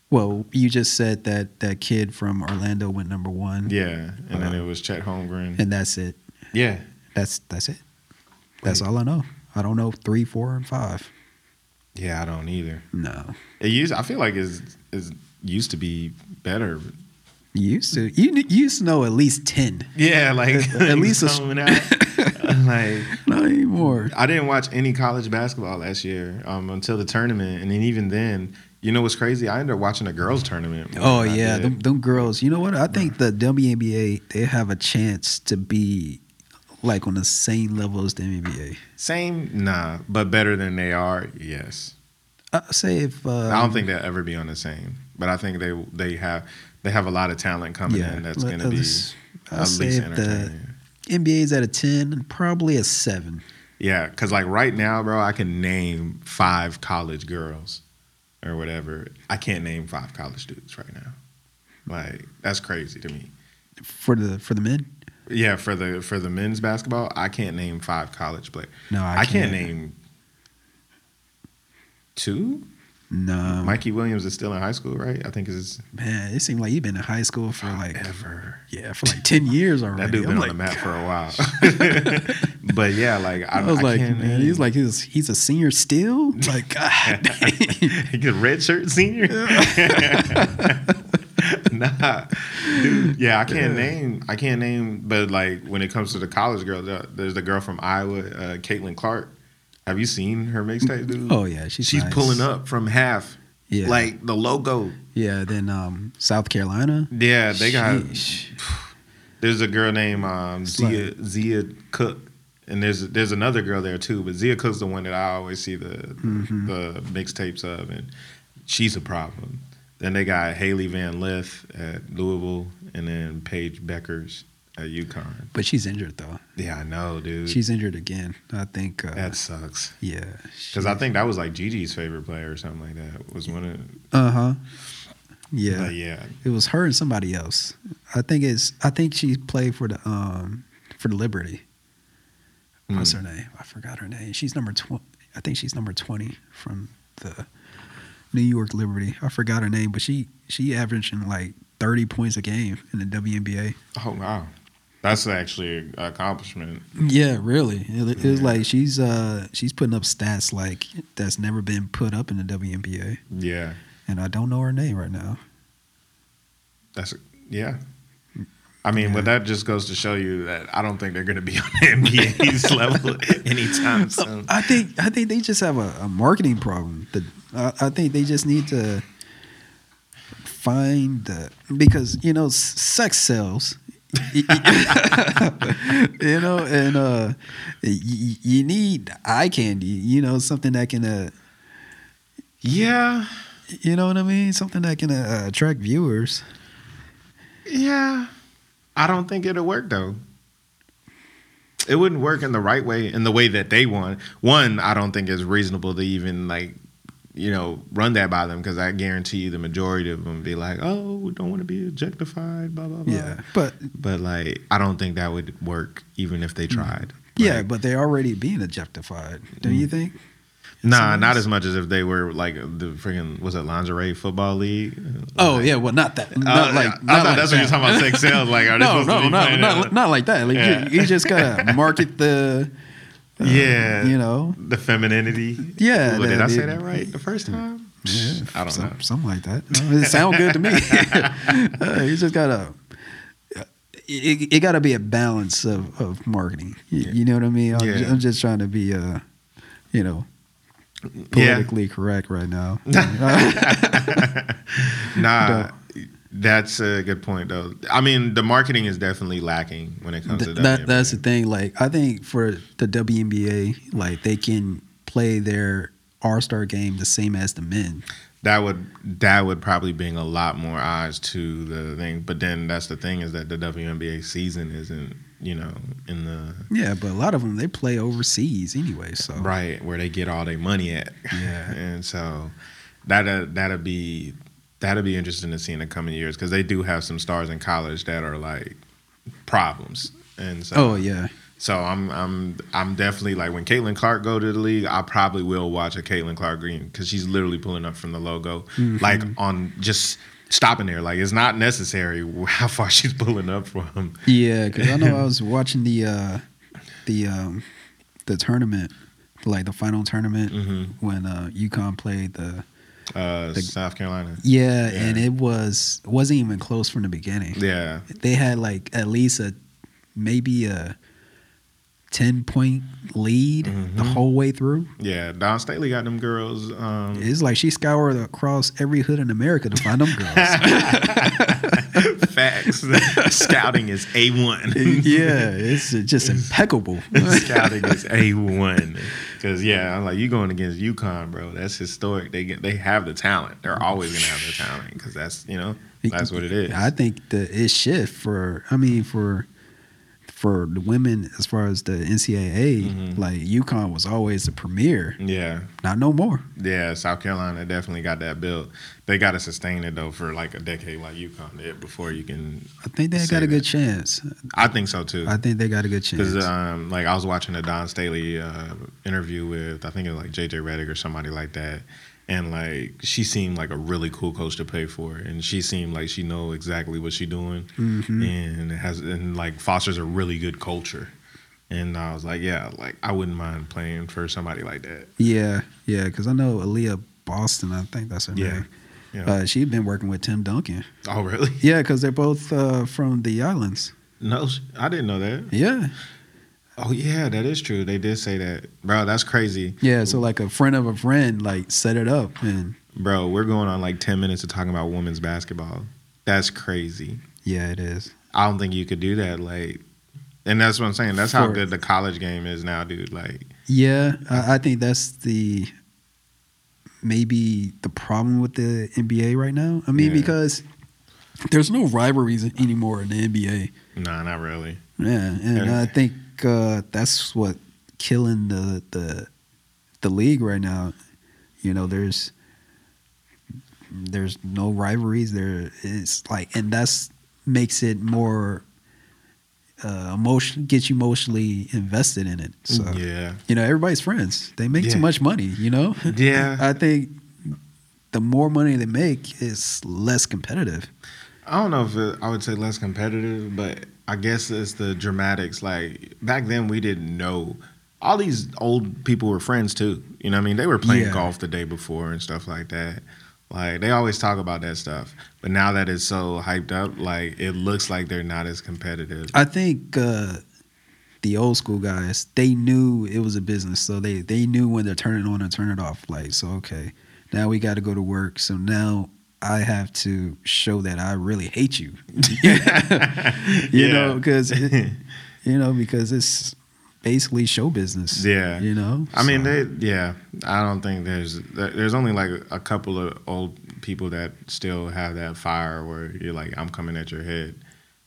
[SPEAKER 2] well, you just said that that kid from Orlando went number one.
[SPEAKER 1] yeah, and then it
[SPEAKER 2] Uh,
[SPEAKER 1] was Chet Holmgren.
[SPEAKER 2] and that's it.
[SPEAKER 1] yeah,
[SPEAKER 2] That's that's it. That's all I know. I don't know three, four, and five.
[SPEAKER 1] yeah, I don't either.
[SPEAKER 2] No,
[SPEAKER 1] It used. I feel like it's, it's used to be better.
[SPEAKER 2] you used to you, kn- you used to know at least ten.
[SPEAKER 1] Yeah, like
[SPEAKER 2] At least a s-
[SPEAKER 1] coming out, like
[SPEAKER 2] Not anymore.
[SPEAKER 1] I didn't watch any college basketball last year um, until the tournament, and then even then, you know what's crazy? I ended up watching a girls tournament. more
[SPEAKER 2] Oh
[SPEAKER 1] than I
[SPEAKER 2] yeah,
[SPEAKER 1] did.
[SPEAKER 2] them, them girls. You know what? I think the WNBA they have a chance to be like on the same level as the NBA.
[SPEAKER 1] Same, nah, but better than they are. Yes,
[SPEAKER 2] I say if uh,
[SPEAKER 1] I don't think they'll ever be on the same, but I think they they have they have a lot of talent coming in that's
[SPEAKER 2] let-
[SPEAKER 1] going to be
[SPEAKER 2] let's- I'll
[SPEAKER 1] at
[SPEAKER 2] say
[SPEAKER 1] least
[SPEAKER 2] if the
[SPEAKER 1] entertaining.
[SPEAKER 2] NBA's at a ten, probably a seven.
[SPEAKER 1] Yeah, because like right now, bro, I can name five college girls or whatever. I can't name five college dudes right now. Like that's crazy to me.
[SPEAKER 2] for the for the men.
[SPEAKER 1] Yeah, for the for the men's basketball, I can't name five college players.
[SPEAKER 2] No, I,
[SPEAKER 1] I, can't name two.
[SPEAKER 2] No,
[SPEAKER 1] Mikey Williams is still in high school, right? I think is
[SPEAKER 2] man, it seemed like you've been in high school for like
[SPEAKER 1] ever.
[SPEAKER 2] yeah for like ten years already.
[SPEAKER 1] That dude
[SPEAKER 2] I'm
[SPEAKER 1] been
[SPEAKER 2] like,
[SPEAKER 1] on the map for a while. but yeah, like I,
[SPEAKER 2] I was like,
[SPEAKER 1] can't
[SPEAKER 2] man, he's like he's he's a senior still. Like God, dang.
[SPEAKER 1] he's a red shirt senior. nah, dude. Yeah, I can't name. I can't name. But like when it comes to the college girls, uh, there's the girl from Iowa, uh, Caitlin Clark. Have you seen her mixtape, dude?
[SPEAKER 2] oh yeah, she's
[SPEAKER 1] she's
[SPEAKER 2] nice.
[SPEAKER 1] pulling up from half.
[SPEAKER 2] Yeah,
[SPEAKER 1] Like the logo.
[SPEAKER 2] yeah. Then um, South Carolina.
[SPEAKER 1] Yeah, they got.
[SPEAKER 2] Sheesh.
[SPEAKER 1] There's a girl named um, Zia Zia Cook, and there's there's another girl there too. But Zia Cook's the one that I always see the
[SPEAKER 2] Mm-hmm.
[SPEAKER 1] the mixtapes of, and she's a problem. Then they got Haley Van Lith at Louisville, and then Paige Beckers at UConn.
[SPEAKER 2] but she's injured though.
[SPEAKER 1] Yeah, I know, dude.
[SPEAKER 2] She's injured again. I think. Uh,
[SPEAKER 1] that sucks.
[SPEAKER 2] yeah.
[SPEAKER 1] Because I think that was like Gigi's favorite player or something like that. Was one of
[SPEAKER 2] Uh huh.
[SPEAKER 1] yeah,
[SPEAKER 2] Yeah.
[SPEAKER 1] yeah.
[SPEAKER 2] It was her and somebody else. I think it's. I think she played for the um for the Liberty. What's her name? I forgot her name. She's number twenty. I think she's number twenty from the New York Liberty. I forgot her name, but she she averaging like thirty points a game in the WNBA.
[SPEAKER 1] Oh wow, that's actually an accomplishment.
[SPEAKER 2] Yeah, really. It, it was
[SPEAKER 1] Yeah.
[SPEAKER 2] like she's uh she's putting up stats like that's never been put up in the WNBA,
[SPEAKER 1] Yeah,
[SPEAKER 2] and I don't know her name right now.
[SPEAKER 1] that's yeah. I mean,
[SPEAKER 2] Yeah.
[SPEAKER 1] but that just goes to show you that I don't think they're going to be on the NBA's level anytime soon.
[SPEAKER 2] Uh, I think I think they just have a, a marketing problem. The, I, I think they just need to find the because you know s- sex sells. you know, and uh, y- y- you need eye candy. You know, something that can, uh,
[SPEAKER 1] Yeah,
[SPEAKER 2] you know what I mean. Something that can uh, attract viewers.
[SPEAKER 1] yeah. I don't think it'll work though. It wouldn't work in the right way, in the way that they want. One, I don't think it's reasonable to even like you know, run that by them because I guarantee you the majority of them be like, oh, we don't want to be objectified, blah, blah, blah.
[SPEAKER 2] Yeah, but
[SPEAKER 1] But like, I don't think that would work even if they tried.
[SPEAKER 2] yeah,
[SPEAKER 1] Like,
[SPEAKER 2] but they're already being objectified. Don't you think?
[SPEAKER 1] nah, not as much as if they were like the freaking, was it lingerie football league?
[SPEAKER 2] Oh yeah, well not that. Not
[SPEAKER 1] Uh,
[SPEAKER 2] like
[SPEAKER 1] I
[SPEAKER 2] not
[SPEAKER 1] thought
[SPEAKER 2] like
[SPEAKER 1] that's
[SPEAKER 2] that.
[SPEAKER 1] what you're talking about. Sex sales, like are they
[SPEAKER 2] No,
[SPEAKER 1] supposed to
[SPEAKER 2] no,
[SPEAKER 1] be
[SPEAKER 2] no,
[SPEAKER 1] playing
[SPEAKER 2] not,
[SPEAKER 1] that?
[SPEAKER 2] not like that. Like
[SPEAKER 1] Yeah.
[SPEAKER 2] you, you just gotta market the,
[SPEAKER 1] yeah,
[SPEAKER 2] you know,
[SPEAKER 1] Uh, the femininity.
[SPEAKER 2] Yeah,
[SPEAKER 1] Ooh, did
[SPEAKER 2] the-
[SPEAKER 1] I say
[SPEAKER 2] the-
[SPEAKER 1] that right the first time?
[SPEAKER 2] Yeah,
[SPEAKER 1] I don't
[SPEAKER 2] some-
[SPEAKER 1] know.
[SPEAKER 2] Something like that. No, it sound good to me. Uh, you just gotta. It, it got to be a balance of, of marketing. You,
[SPEAKER 1] Yeah.
[SPEAKER 2] you know what I mean? I'm, ju- I'm
[SPEAKER 1] Yeah.
[SPEAKER 2] just, trying to be, uh, you know, politically correct right now.
[SPEAKER 1] Nah,
[SPEAKER 2] uh,
[SPEAKER 1] that's a good point though. I mean, the marketing is definitely lacking when it comes
[SPEAKER 2] Th-
[SPEAKER 1] to
[SPEAKER 2] that,
[SPEAKER 1] WNBA.
[SPEAKER 2] that's the thing. Like, I think for the WNBA, like they can play their All Star game the same as the men.
[SPEAKER 1] that would that would probably bring a lot more eyes to the thing. But then that's the thing is that the WNBA season isn't you know in the
[SPEAKER 2] Yeah, but a lot of them they play overseas anyway. So
[SPEAKER 1] right where they get all their money at.
[SPEAKER 2] Yeah.
[SPEAKER 1] and so that uh, that'll be that'll be interesting to see in the coming years because they do have some stars in college that are like problems. And so,
[SPEAKER 2] Oh yeah,
[SPEAKER 1] so I'm I'm I'm definitely like when Caitlin Clark go to the league, I probably will watch a Caitlin Clark Green because she's literally pulling up from the logo,
[SPEAKER 2] Mm-hmm.
[SPEAKER 1] like on just stopping there. Like it's not necessary how far she's pulling up from.
[SPEAKER 2] yeah. Because I know I was watching the uh, the um, the tournament, like the final tournament when uh, UConn played the
[SPEAKER 1] Uh, South Carolina.
[SPEAKER 2] yeah,
[SPEAKER 1] Yeah.
[SPEAKER 2] and it was it wasn't even close from the beginning.
[SPEAKER 1] Yeah,
[SPEAKER 2] They had like at least a maybe a ten point lead
[SPEAKER 1] Mm-hmm.
[SPEAKER 2] the whole way through.
[SPEAKER 1] yeah. Don Staley got them girls. Um,
[SPEAKER 2] It's like she scoured across every hood in America to find them girls.
[SPEAKER 1] Facts. Scouting is A one.
[SPEAKER 2] yeah, it's just impeccable.
[SPEAKER 1] Scouting is A one. Cause yeah, I'm like you going against UConn, bro. That's historic. They get they have the talent. They're always gonna have the talent because that's you know that's what it is.
[SPEAKER 2] I think the it shift for I mean for for the women as far as the NCAA,
[SPEAKER 1] Mm-hmm.
[SPEAKER 2] like UConn was always the premier.
[SPEAKER 1] yeah,
[SPEAKER 2] Not no more.
[SPEAKER 1] yeah. South Carolina definitely got that built. They got to sustain it though for like a decade, like UConn did before you can.
[SPEAKER 2] I think they
[SPEAKER 1] Say
[SPEAKER 2] got a
[SPEAKER 1] that.
[SPEAKER 2] good chance.
[SPEAKER 1] I think so too.
[SPEAKER 2] I think they got a good chance.
[SPEAKER 1] Because um, like I was watching a Don Staley uh, interview with I think it was like JJ Redick or somebody like that, and like she seemed like a really cool coach to play for, and she seemed like she know exactly what she doing, and has and like fosters a really good culture, and I was like, yeah, like I wouldn't mind playing for somebody like that.
[SPEAKER 2] yeah, yeah, because I know Aaliyah Boston. I think that's her
[SPEAKER 1] Yeah,
[SPEAKER 2] name.
[SPEAKER 1] yeah.
[SPEAKER 2] Uh, she'd been working with Tim Duncan.
[SPEAKER 1] oh really?
[SPEAKER 2] Yeah, because they're both uh, from the islands.
[SPEAKER 1] No, sh- I didn't know that.
[SPEAKER 2] Yeah,
[SPEAKER 1] Oh yeah, that is true. They did say that, bro. That's crazy.
[SPEAKER 2] yeah. So like a friend of a friend, like set it up, and
[SPEAKER 1] bro. We're going on like ten minutes of talking about women's basketball. That's crazy.
[SPEAKER 2] yeah, it is.
[SPEAKER 1] I don't think you could do that. Like, and that's what I'm saying. That's how
[SPEAKER 2] For-
[SPEAKER 1] good the college game is now, dude. Like,
[SPEAKER 2] Yeah, I, I think that's the maybe the problem with the NBA right now. I mean,
[SPEAKER 1] Yeah.
[SPEAKER 2] because there's no rivalries anymore in the NBA.
[SPEAKER 1] nah, not really.
[SPEAKER 2] Yeah, and
[SPEAKER 1] Yeah.
[SPEAKER 2] I think uh, that's what killing the the the league right now. You know, there's there's no rivalries. There is like, and that's makes it more uh, emotion gets you emotionally invested in it. So
[SPEAKER 1] Mm, yeah,
[SPEAKER 2] you know everybody's friends they make
[SPEAKER 1] Yeah.
[SPEAKER 2] too much money you know
[SPEAKER 1] Yeah.
[SPEAKER 2] i think the more money they make is less competitive
[SPEAKER 1] I don't know if it, I would say less competitive, but I guess it's the dramatics. Like back then, we didn't know. All these old people were friends too. You know, what I mean, they were playing
[SPEAKER 2] Yeah.
[SPEAKER 1] golf the day before and stuff like that. Like they always talk about that stuff, but now that it's so hyped up, like it looks like they're not as competitive.
[SPEAKER 2] i think uh the old school guys they knew it was a business so they they knew when to turn it on and turn it off like so okay now we got to go to work so now i have to show that i really hate you you know because you know because it's basically show business
[SPEAKER 1] Yeah.
[SPEAKER 2] you know
[SPEAKER 1] I mean,
[SPEAKER 2] So-
[SPEAKER 1] they, yeah. I don't think there's there- there's only like a couple of old people that still have that fire where you're like, I'm coming at your head,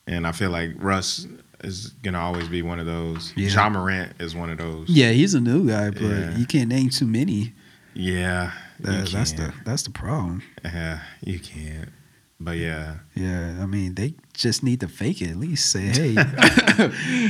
[SPEAKER 1] and I feel like Russ is gonna always be one of those.
[SPEAKER 2] Yeah.
[SPEAKER 1] John Morant is one of those.
[SPEAKER 2] Yeah, he's a new guy, but
[SPEAKER 1] Yeah.
[SPEAKER 2] you can't name too many.
[SPEAKER 1] Yeah. you
[SPEAKER 2] That, that's the
[SPEAKER 1] can't.
[SPEAKER 2] that's the problem.
[SPEAKER 1] Yeah, you can't. But yeah,
[SPEAKER 2] Yeah, I mean, they just need to fake it. At least say, hey,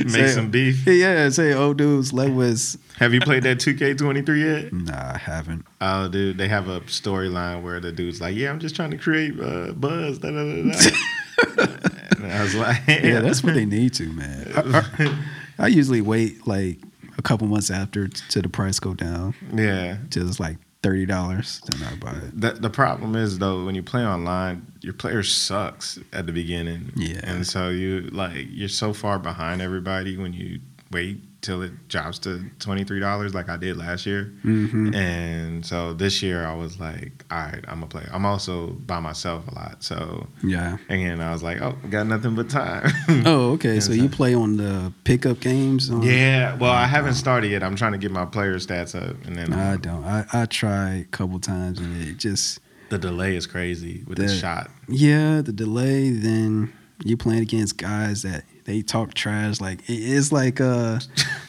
[SPEAKER 1] make
[SPEAKER 2] Say-
[SPEAKER 1] some beef.
[SPEAKER 2] yeah, say, oh, dudes, let was.
[SPEAKER 1] Have you played that 2K23 yet?
[SPEAKER 2] Nah, I haven't.
[SPEAKER 1] Oh, dude, they have a storyline where the dude's like, "Yeah, I'm just trying to create uh, buzz." Da, da, da, da. and I was like,
[SPEAKER 2] Yeah, that's what they need to, man. I, I- I usually wait like a couple months after t- till the price go down
[SPEAKER 1] yeah."
[SPEAKER 2] till it's like thirty dollars, then I buy it.
[SPEAKER 1] The, the problem is though, when you play online, your player sucks at the beginning.
[SPEAKER 2] Yeah.
[SPEAKER 1] and so you like you're so far behind everybody when you wait till it drops to twenty three dollars, like I did last year.
[SPEAKER 2] Mm-hmm.
[SPEAKER 1] And so this year I was like, all right, I'm gonna play. I'm also by myself a lot, so
[SPEAKER 2] Yeah.
[SPEAKER 1] again I was like, oh, got nothing but time.
[SPEAKER 2] Oh, okay.
[SPEAKER 1] Yeah,
[SPEAKER 2] So
[SPEAKER 1] it's
[SPEAKER 2] you
[SPEAKER 1] like-
[SPEAKER 2] play on the pickup games? On,
[SPEAKER 1] Yeah, well, I haven't started yet. I'm trying to get my player stats up, and then
[SPEAKER 2] No, I don't. I, I tried a couple times and it just
[SPEAKER 1] the delay is crazy with the
[SPEAKER 2] That-
[SPEAKER 1] shot.
[SPEAKER 2] yeah the delay. Then you playing against guys that they talk trash. Like it- it's like uh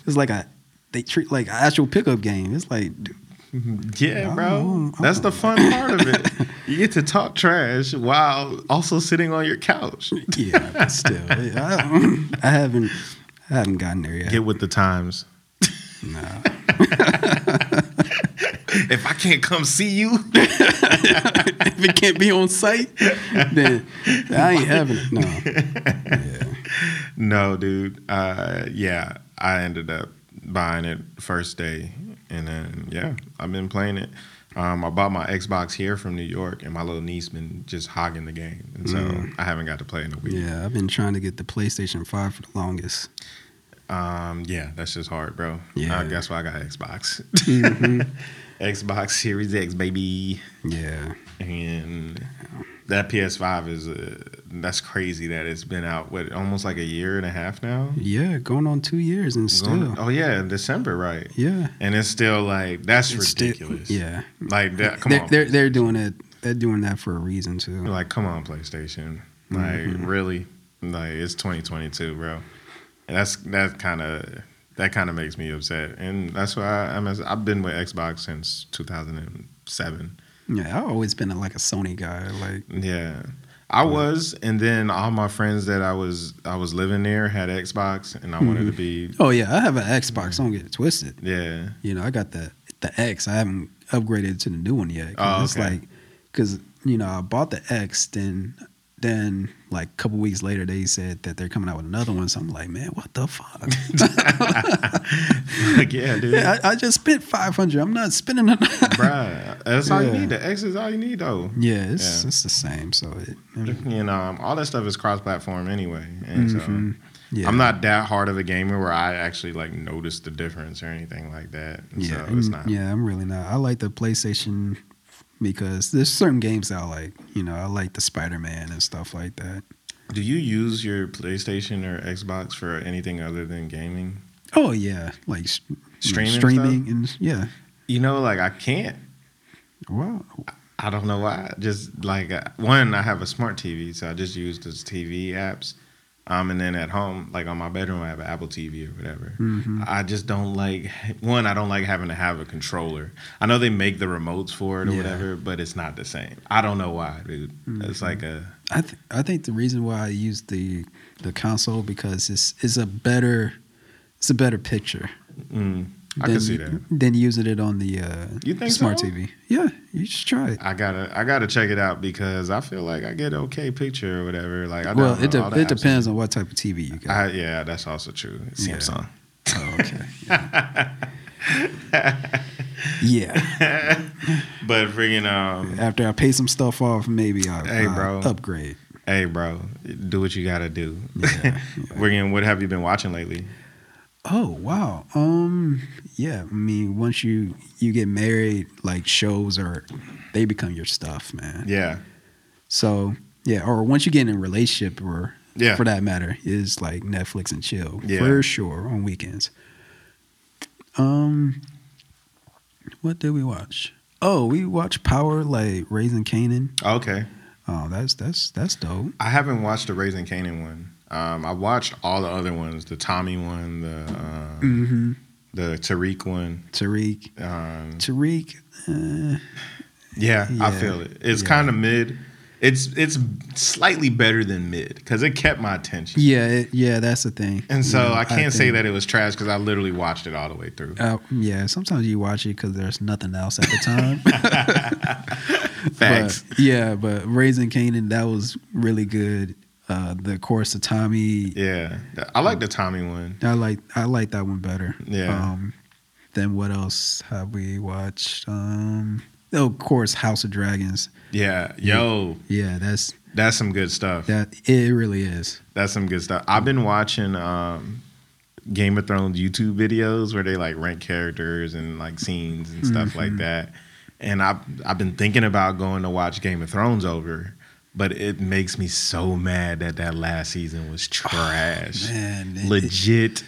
[SPEAKER 2] it's like a they treat like a actual pickup game. It's like
[SPEAKER 1] Yeah,
[SPEAKER 2] I
[SPEAKER 1] bro,
[SPEAKER 2] don't- I
[SPEAKER 1] that's the
[SPEAKER 2] don't-
[SPEAKER 1] fun part of it. You get to talk trash while also sitting on your couch.
[SPEAKER 2] yeah, but still, I, I haven't, I haven't gotten there yet.
[SPEAKER 1] Get with the times.
[SPEAKER 2] no,
[SPEAKER 1] If I can't come see you,
[SPEAKER 2] if it can't be on site, then I ain't having it. No, yeah,
[SPEAKER 1] no, dude. Uh, yeah, I ended up buying it first day, and then yeah, I've been playing it. Um, I bought my Xbox here from New York, and my little niece been just hogging the game, and so
[SPEAKER 2] Mm.
[SPEAKER 1] I haven't got to play in a week.
[SPEAKER 2] yeah. I've been trying to get the PlayStation Five for the longest.
[SPEAKER 1] Um, yeah, that's just hard, bro. Yeah,
[SPEAKER 2] Yeah. Mm-hmm.
[SPEAKER 1] uh, that's why I got Xbox, Xbox Series X, baby,
[SPEAKER 2] Yeah,
[SPEAKER 1] and that PS5 is uh that's crazy that it's been out what almost like a year and a half now.
[SPEAKER 2] yeah, going on two years and still,
[SPEAKER 1] Going- oh yeah, in December, right?
[SPEAKER 2] yeah,
[SPEAKER 1] And it's still like that's
[SPEAKER 2] it's still-
[SPEAKER 1] ridiculous.
[SPEAKER 2] yeah,
[SPEAKER 1] like that. Come
[SPEAKER 2] they're,
[SPEAKER 1] on,
[SPEAKER 2] they're they're doing it. They're doing that for a reason too.
[SPEAKER 1] like come on, PlayStation. Like really, like it's 2022, bro. And that's that kind of that kind of makes me upset, and that's why I, I'm as, I've been with Xbox since 2007.
[SPEAKER 2] Yeah, I've always been a, like a Sony guy. Like,
[SPEAKER 1] Yeah, I was, and then all my friends that I was I was living there had Xbox, and I wanted to be
[SPEAKER 2] oh yeah, I have an Xbox. Don't get it twisted.
[SPEAKER 1] yeah.
[SPEAKER 2] you know, I got the the X. I haven't upgraded to the new one yet. 'Cause
[SPEAKER 1] Oh,
[SPEAKER 2] It's
[SPEAKER 1] okay.
[SPEAKER 2] like because you know I bought the X, then then like a couple weeks later they said that they're coming out with another one. So I'm like, man, what the fuck?
[SPEAKER 1] like yeah, dude.
[SPEAKER 2] I, I just spent five hundred. I'm not spending another.
[SPEAKER 1] Bruh, that's all you
[SPEAKER 2] Yeah.
[SPEAKER 1] need. The X is all you need, though.
[SPEAKER 2] Yeah, it's
[SPEAKER 1] Yeah.
[SPEAKER 2] it's the same. So it,
[SPEAKER 1] You know, um, all that stuff is cross-platform anyway, and so
[SPEAKER 2] Mhm. yeah,
[SPEAKER 1] I'm not that hard of a gamer where I actually like notice the difference or anything like that. And
[SPEAKER 2] Yeah,
[SPEAKER 1] so it's
[SPEAKER 2] I'm-
[SPEAKER 1] not.
[SPEAKER 2] yeah, I'm really not. I like the PlayStation because there's certain games that I like. You know, I like the Spider Man and stuff like that.
[SPEAKER 1] Do you use your PlayStation or Xbox for anything other than gaming?
[SPEAKER 2] Oh yeah, like s- you know,
[SPEAKER 1] Streaming stuff?
[SPEAKER 2] Mm, streaming and yeah.
[SPEAKER 1] You know, like I can't.
[SPEAKER 2] Wow.
[SPEAKER 1] I don't know why. Just like uh, one, I have a smart TV, so I just use those TV apps. Um, and then at home, like on my bedroom, I have an Apple TV or whatever.
[SPEAKER 2] Mhm.
[SPEAKER 1] I just don't like one. I don't like having to have a controller. I know they make the remotes for it or
[SPEAKER 2] Yeah. Mm,
[SPEAKER 1] whatever, but it's not the same. I don't know why, dude. It's like a
[SPEAKER 2] I th- I think the reason why I use the the console because it's it's a better it's a better picture.
[SPEAKER 1] mm, I can see that.
[SPEAKER 2] Than using it on the uh,
[SPEAKER 1] You think
[SPEAKER 2] smart
[SPEAKER 1] so?
[SPEAKER 2] TV. Yeah, you should try it.
[SPEAKER 1] I gotta I gotta check it out because I feel like I get an okay picture or whatever. Like I
[SPEAKER 2] well,
[SPEAKER 1] download
[SPEAKER 2] it de-
[SPEAKER 1] all the
[SPEAKER 2] it
[SPEAKER 1] apps.
[SPEAKER 2] depends on what type of TV you got.
[SPEAKER 1] I, yeah, that's also true.
[SPEAKER 2] Yeah.
[SPEAKER 1] Samsung.
[SPEAKER 2] oh, okay. Yeah. Yeah.
[SPEAKER 1] But freaking um,
[SPEAKER 2] After I pay some stuff off, maybe I'll,
[SPEAKER 1] Hey,
[SPEAKER 2] I'll
[SPEAKER 1] bro.
[SPEAKER 2] upgrade.
[SPEAKER 1] hey, bro, do what you gotta do.
[SPEAKER 2] Yeah.
[SPEAKER 1] Friggin', what have you been watching lately?
[SPEAKER 2] Oh wow. Um yeah, I mean once you you get married, like shows are they become your stuff, man.
[SPEAKER 1] Yeah,
[SPEAKER 2] So yeah, or once you get in a relationship or
[SPEAKER 1] Yeah.
[SPEAKER 2] for that matter, is like Netflix and chill
[SPEAKER 1] Yeah.
[SPEAKER 2] for sure on weekends. Um what did we watch? Oh, we watched Power like Raising Canaan.
[SPEAKER 1] okay.
[SPEAKER 2] Oh, that's that's that's dope.
[SPEAKER 1] I haven't watched the Raising Canaan one. Um, I watched all the other ones, the Tommy one, the um,
[SPEAKER 2] Mm-hmm.
[SPEAKER 1] the Tariq one.
[SPEAKER 2] Tariq.
[SPEAKER 1] Um,
[SPEAKER 2] Tariq. Uh,
[SPEAKER 1] yeah, I
[SPEAKER 2] Yeah,
[SPEAKER 1] feel it. It's
[SPEAKER 2] yeah.
[SPEAKER 1] kind of mid. It's it's slightly better than mid because it kept my attention.
[SPEAKER 2] yeah, it, yeah, that's the thing.
[SPEAKER 1] And so
[SPEAKER 2] You know,
[SPEAKER 1] I can't say
[SPEAKER 2] think-
[SPEAKER 1] that it was trash because I literally watched it all the way through.
[SPEAKER 2] Uh, yeah, sometimes you watch it because there's nothing else at the time.
[SPEAKER 1] Facts.
[SPEAKER 2] But, yeah, but Raising Canaan, that was really good. Uh, the course of Tommy,
[SPEAKER 1] yeah, I like the Tommy one.
[SPEAKER 2] I like I like that one better.
[SPEAKER 1] Yeah.
[SPEAKER 2] Um, then what else have we watched? Um, oh, of course, House of Dragons.
[SPEAKER 1] Yeah, yo,
[SPEAKER 2] Yeah, that's
[SPEAKER 1] that's some good stuff.
[SPEAKER 2] that. It really is.
[SPEAKER 1] That's some good stuff. I've been watching um, Game of Thrones YouTube videos where they like rank characters and like scenes and stuff
[SPEAKER 2] Mm-hmm.
[SPEAKER 1] like that. And I've I've been thinking about going to watch Game of Thrones over, but it makes me so mad that that last season was trash,
[SPEAKER 2] Oh, Man, it-
[SPEAKER 1] legit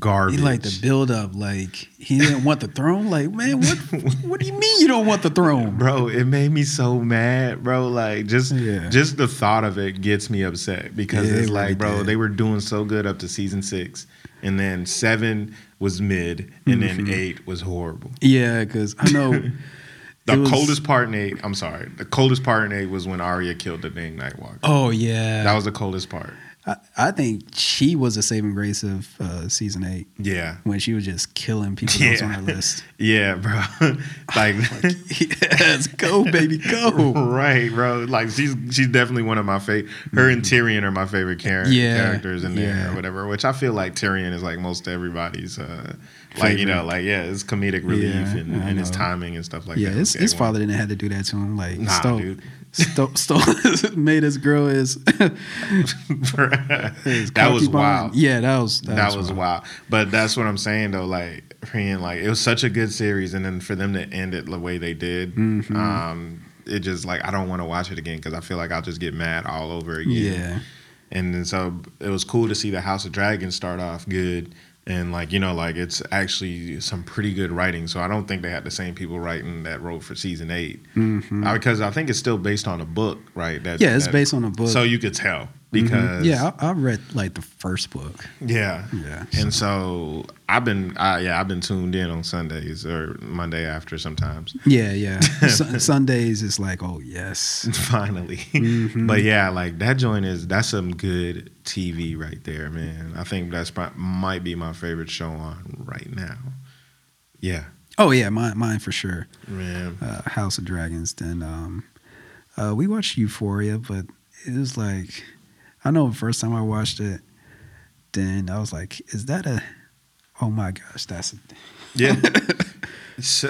[SPEAKER 1] garbage.
[SPEAKER 2] He liked the build up. Like he didn't want the throne. Like man, what? what do you mean you don't want the throne?
[SPEAKER 1] bro it made me so mad bro like just
[SPEAKER 2] Yeah.
[SPEAKER 1] just the thought of it gets me upset because
[SPEAKER 2] Yeah, it
[SPEAKER 1] it's
[SPEAKER 2] really
[SPEAKER 1] like bro
[SPEAKER 2] did.
[SPEAKER 1] they were doing so good up to season six and then seven was mid and
[SPEAKER 2] Mm-hmm.
[SPEAKER 1] then eight was horrible
[SPEAKER 2] Yeah, because I know
[SPEAKER 1] the
[SPEAKER 2] It was-
[SPEAKER 1] coldest part in eight i'm sorry the coldest part in eight was when Arya killed the dang nightwalker
[SPEAKER 2] Oh yeah,
[SPEAKER 1] that was the coldest part
[SPEAKER 2] I, I think she was a saving grace of uh, season eight
[SPEAKER 1] yeah
[SPEAKER 2] when she was just killing people that was on her
[SPEAKER 1] Yeah.
[SPEAKER 2] list.
[SPEAKER 1] yeah bro like
[SPEAKER 2] yes, go baby, go.
[SPEAKER 1] Right, bro. Like she's she's definitely one of my favorite. Her and Tyrion are my favorite char-
[SPEAKER 2] Mm-hmm. Yeah,
[SPEAKER 1] characters in there
[SPEAKER 2] yeah.
[SPEAKER 1] or whatever. Which I feel like Tyrion is like most everybody's. Uh, like you know, like yeah, it's comedic relief
[SPEAKER 2] Yeah,
[SPEAKER 1] and,
[SPEAKER 2] I
[SPEAKER 1] and his
[SPEAKER 2] know.
[SPEAKER 1] timing and stuff like
[SPEAKER 2] Yeah,
[SPEAKER 1] that.
[SPEAKER 2] his,
[SPEAKER 1] Okay,
[SPEAKER 2] his
[SPEAKER 1] well,
[SPEAKER 2] father didn't have to do that to him. Like
[SPEAKER 1] Nah,
[SPEAKER 2] stole,
[SPEAKER 1] dude.
[SPEAKER 2] stole, stole, made his girl his. his
[SPEAKER 1] that was
[SPEAKER 2] concubine.
[SPEAKER 1] wild.
[SPEAKER 2] Yeah, that was
[SPEAKER 1] that, was, wild. But that's what I'm saying though. Like being like it was such a good series, and then for them to end it the way they did,
[SPEAKER 2] Mm-hmm.
[SPEAKER 1] um, it just like I don't want to watch it again because I feel like I'll just get mad all over again.
[SPEAKER 2] Yeah,
[SPEAKER 1] And then so it was cool to see the House of Dragons start off good. And like you know, like it's actually some pretty good writing. So I don't think they had the same people writing that wrote for season 8 Uh, because I think it's still based on a book, right? That,
[SPEAKER 2] Mm-hmm. yeah. It's
[SPEAKER 1] that-
[SPEAKER 2] based on a book. Mm-hmm.
[SPEAKER 1] So you could tell because
[SPEAKER 2] yeah, I, I read like the first book.
[SPEAKER 1] yeah,
[SPEAKER 2] Yeah.
[SPEAKER 1] And so I've been, I, yeah, I've been tuned in on Sundays or Monday after sometimes.
[SPEAKER 2] Yeah, yeah. Sun Sundays is like, oh yes.
[SPEAKER 1] finally.
[SPEAKER 2] Mm-hmm.
[SPEAKER 1] But yeah, like that joint is that's some good TV right there, man. I think that's prob- might be my favorite show on right now. Yeah,
[SPEAKER 2] Oh yeah, mine, mine for sure.
[SPEAKER 1] man.
[SPEAKER 2] uh, House of Dragons. Then um, uh, we watched Euphoria, but it was like I know the first time I watched it, then I was like, "Is that a? Oh my gosh, that's a,
[SPEAKER 1] Yeah. so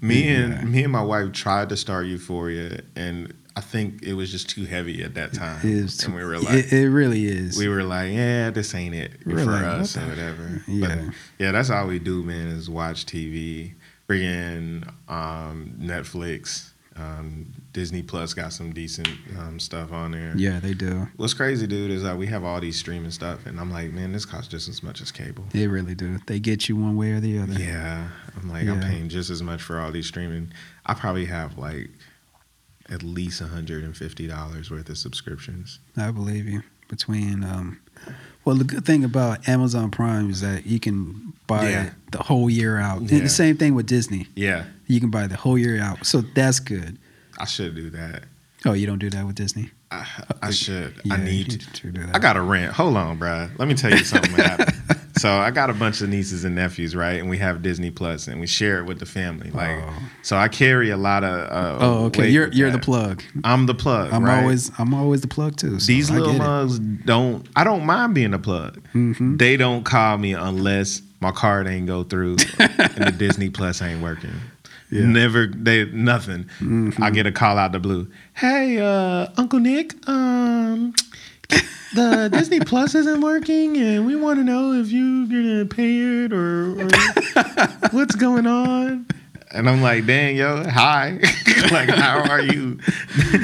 [SPEAKER 1] me
[SPEAKER 2] Yeah.
[SPEAKER 1] and me and my wife tried to start Euphoria, and I think it was just too heavy at that time.
[SPEAKER 2] it is
[SPEAKER 1] and
[SPEAKER 2] too-
[SPEAKER 1] we were like,
[SPEAKER 2] it, it really is.
[SPEAKER 1] we were like, yeah, this ain't it
[SPEAKER 2] We were
[SPEAKER 1] for
[SPEAKER 2] like, what
[SPEAKER 1] us
[SPEAKER 2] the-
[SPEAKER 1] and whatever.
[SPEAKER 2] Yeah.
[SPEAKER 1] But yeah, that's all we do, man, is watch TV, friggin' um, Netflix. Um, Disney Plus got some decent um, stuff on there.
[SPEAKER 2] yeah, they do.
[SPEAKER 1] What's crazy, dude, is that we have all these streaming stuff, and I'm like, man, this costs just as much as cable.
[SPEAKER 2] They really do. They get you one way or the other.
[SPEAKER 1] Yeah, I'm like, I'm
[SPEAKER 2] Yeah.
[SPEAKER 1] paying just as much for all these streaming. I probably have like at least 150 dollars worth of subscriptions.
[SPEAKER 2] I believe you. Between um, well, the good thing about Amazon Prime is that you can buy
[SPEAKER 1] Yeah.
[SPEAKER 2] it the whole year out. And
[SPEAKER 1] Yeah.
[SPEAKER 2] the same thing with Disney.
[SPEAKER 1] Yeah,
[SPEAKER 2] You can buy the whole year out. So that's good.
[SPEAKER 1] I should do that.
[SPEAKER 2] Oh, you don't do that with Disney.
[SPEAKER 1] I, I should. I
[SPEAKER 2] Yeah,
[SPEAKER 1] need
[SPEAKER 2] you
[SPEAKER 1] to.
[SPEAKER 2] do that.
[SPEAKER 1] I got a rent. Hold on, bruh. Let me tell you something. what happened. So I got a bunch of nieces and nephews, right? And we have Disney Plus, and we share it with the family. Like,
[SPEAKER 2] Oh.
[SPEAKER 1] so I carry a lot of. Uh,
[SPEAKER 2] Oh, okay.
[SPEAKER 1] weight
[SPEAKER 2] You're
[SPEAKER 1] with
[SPEAKER 2] you're the
[SPEAKER 1] that.
[SPEAKER 2] plug.
[SPEAKER 1] I'm the plug.
[SPEAKER 2] I'm
[SPEAKER 1] right?
[SPEAKER 2] always I'm always the plug too. so
[SPEAKER 1] These
[SPEAKER 2] I
[SPEAKER 1] little
[SPEAKER 2] get it. Mm-hmm.
[SPEAKER 1] mugs don't. I don't mind being a plug. They don't call me unless my card ain't go through and the Disney Plus ain't working. Never. They nothing.
[SPEAKER 2] Mm-hmm.
[SPEAKER 1] I get a call out the blue. Hey, uh, Uncle Nick. Um, the Disney Plus isn't working, and we want to know if you're gonna pay it or, or what's going on. And I'm like, dang, yo, hi. like, how are you?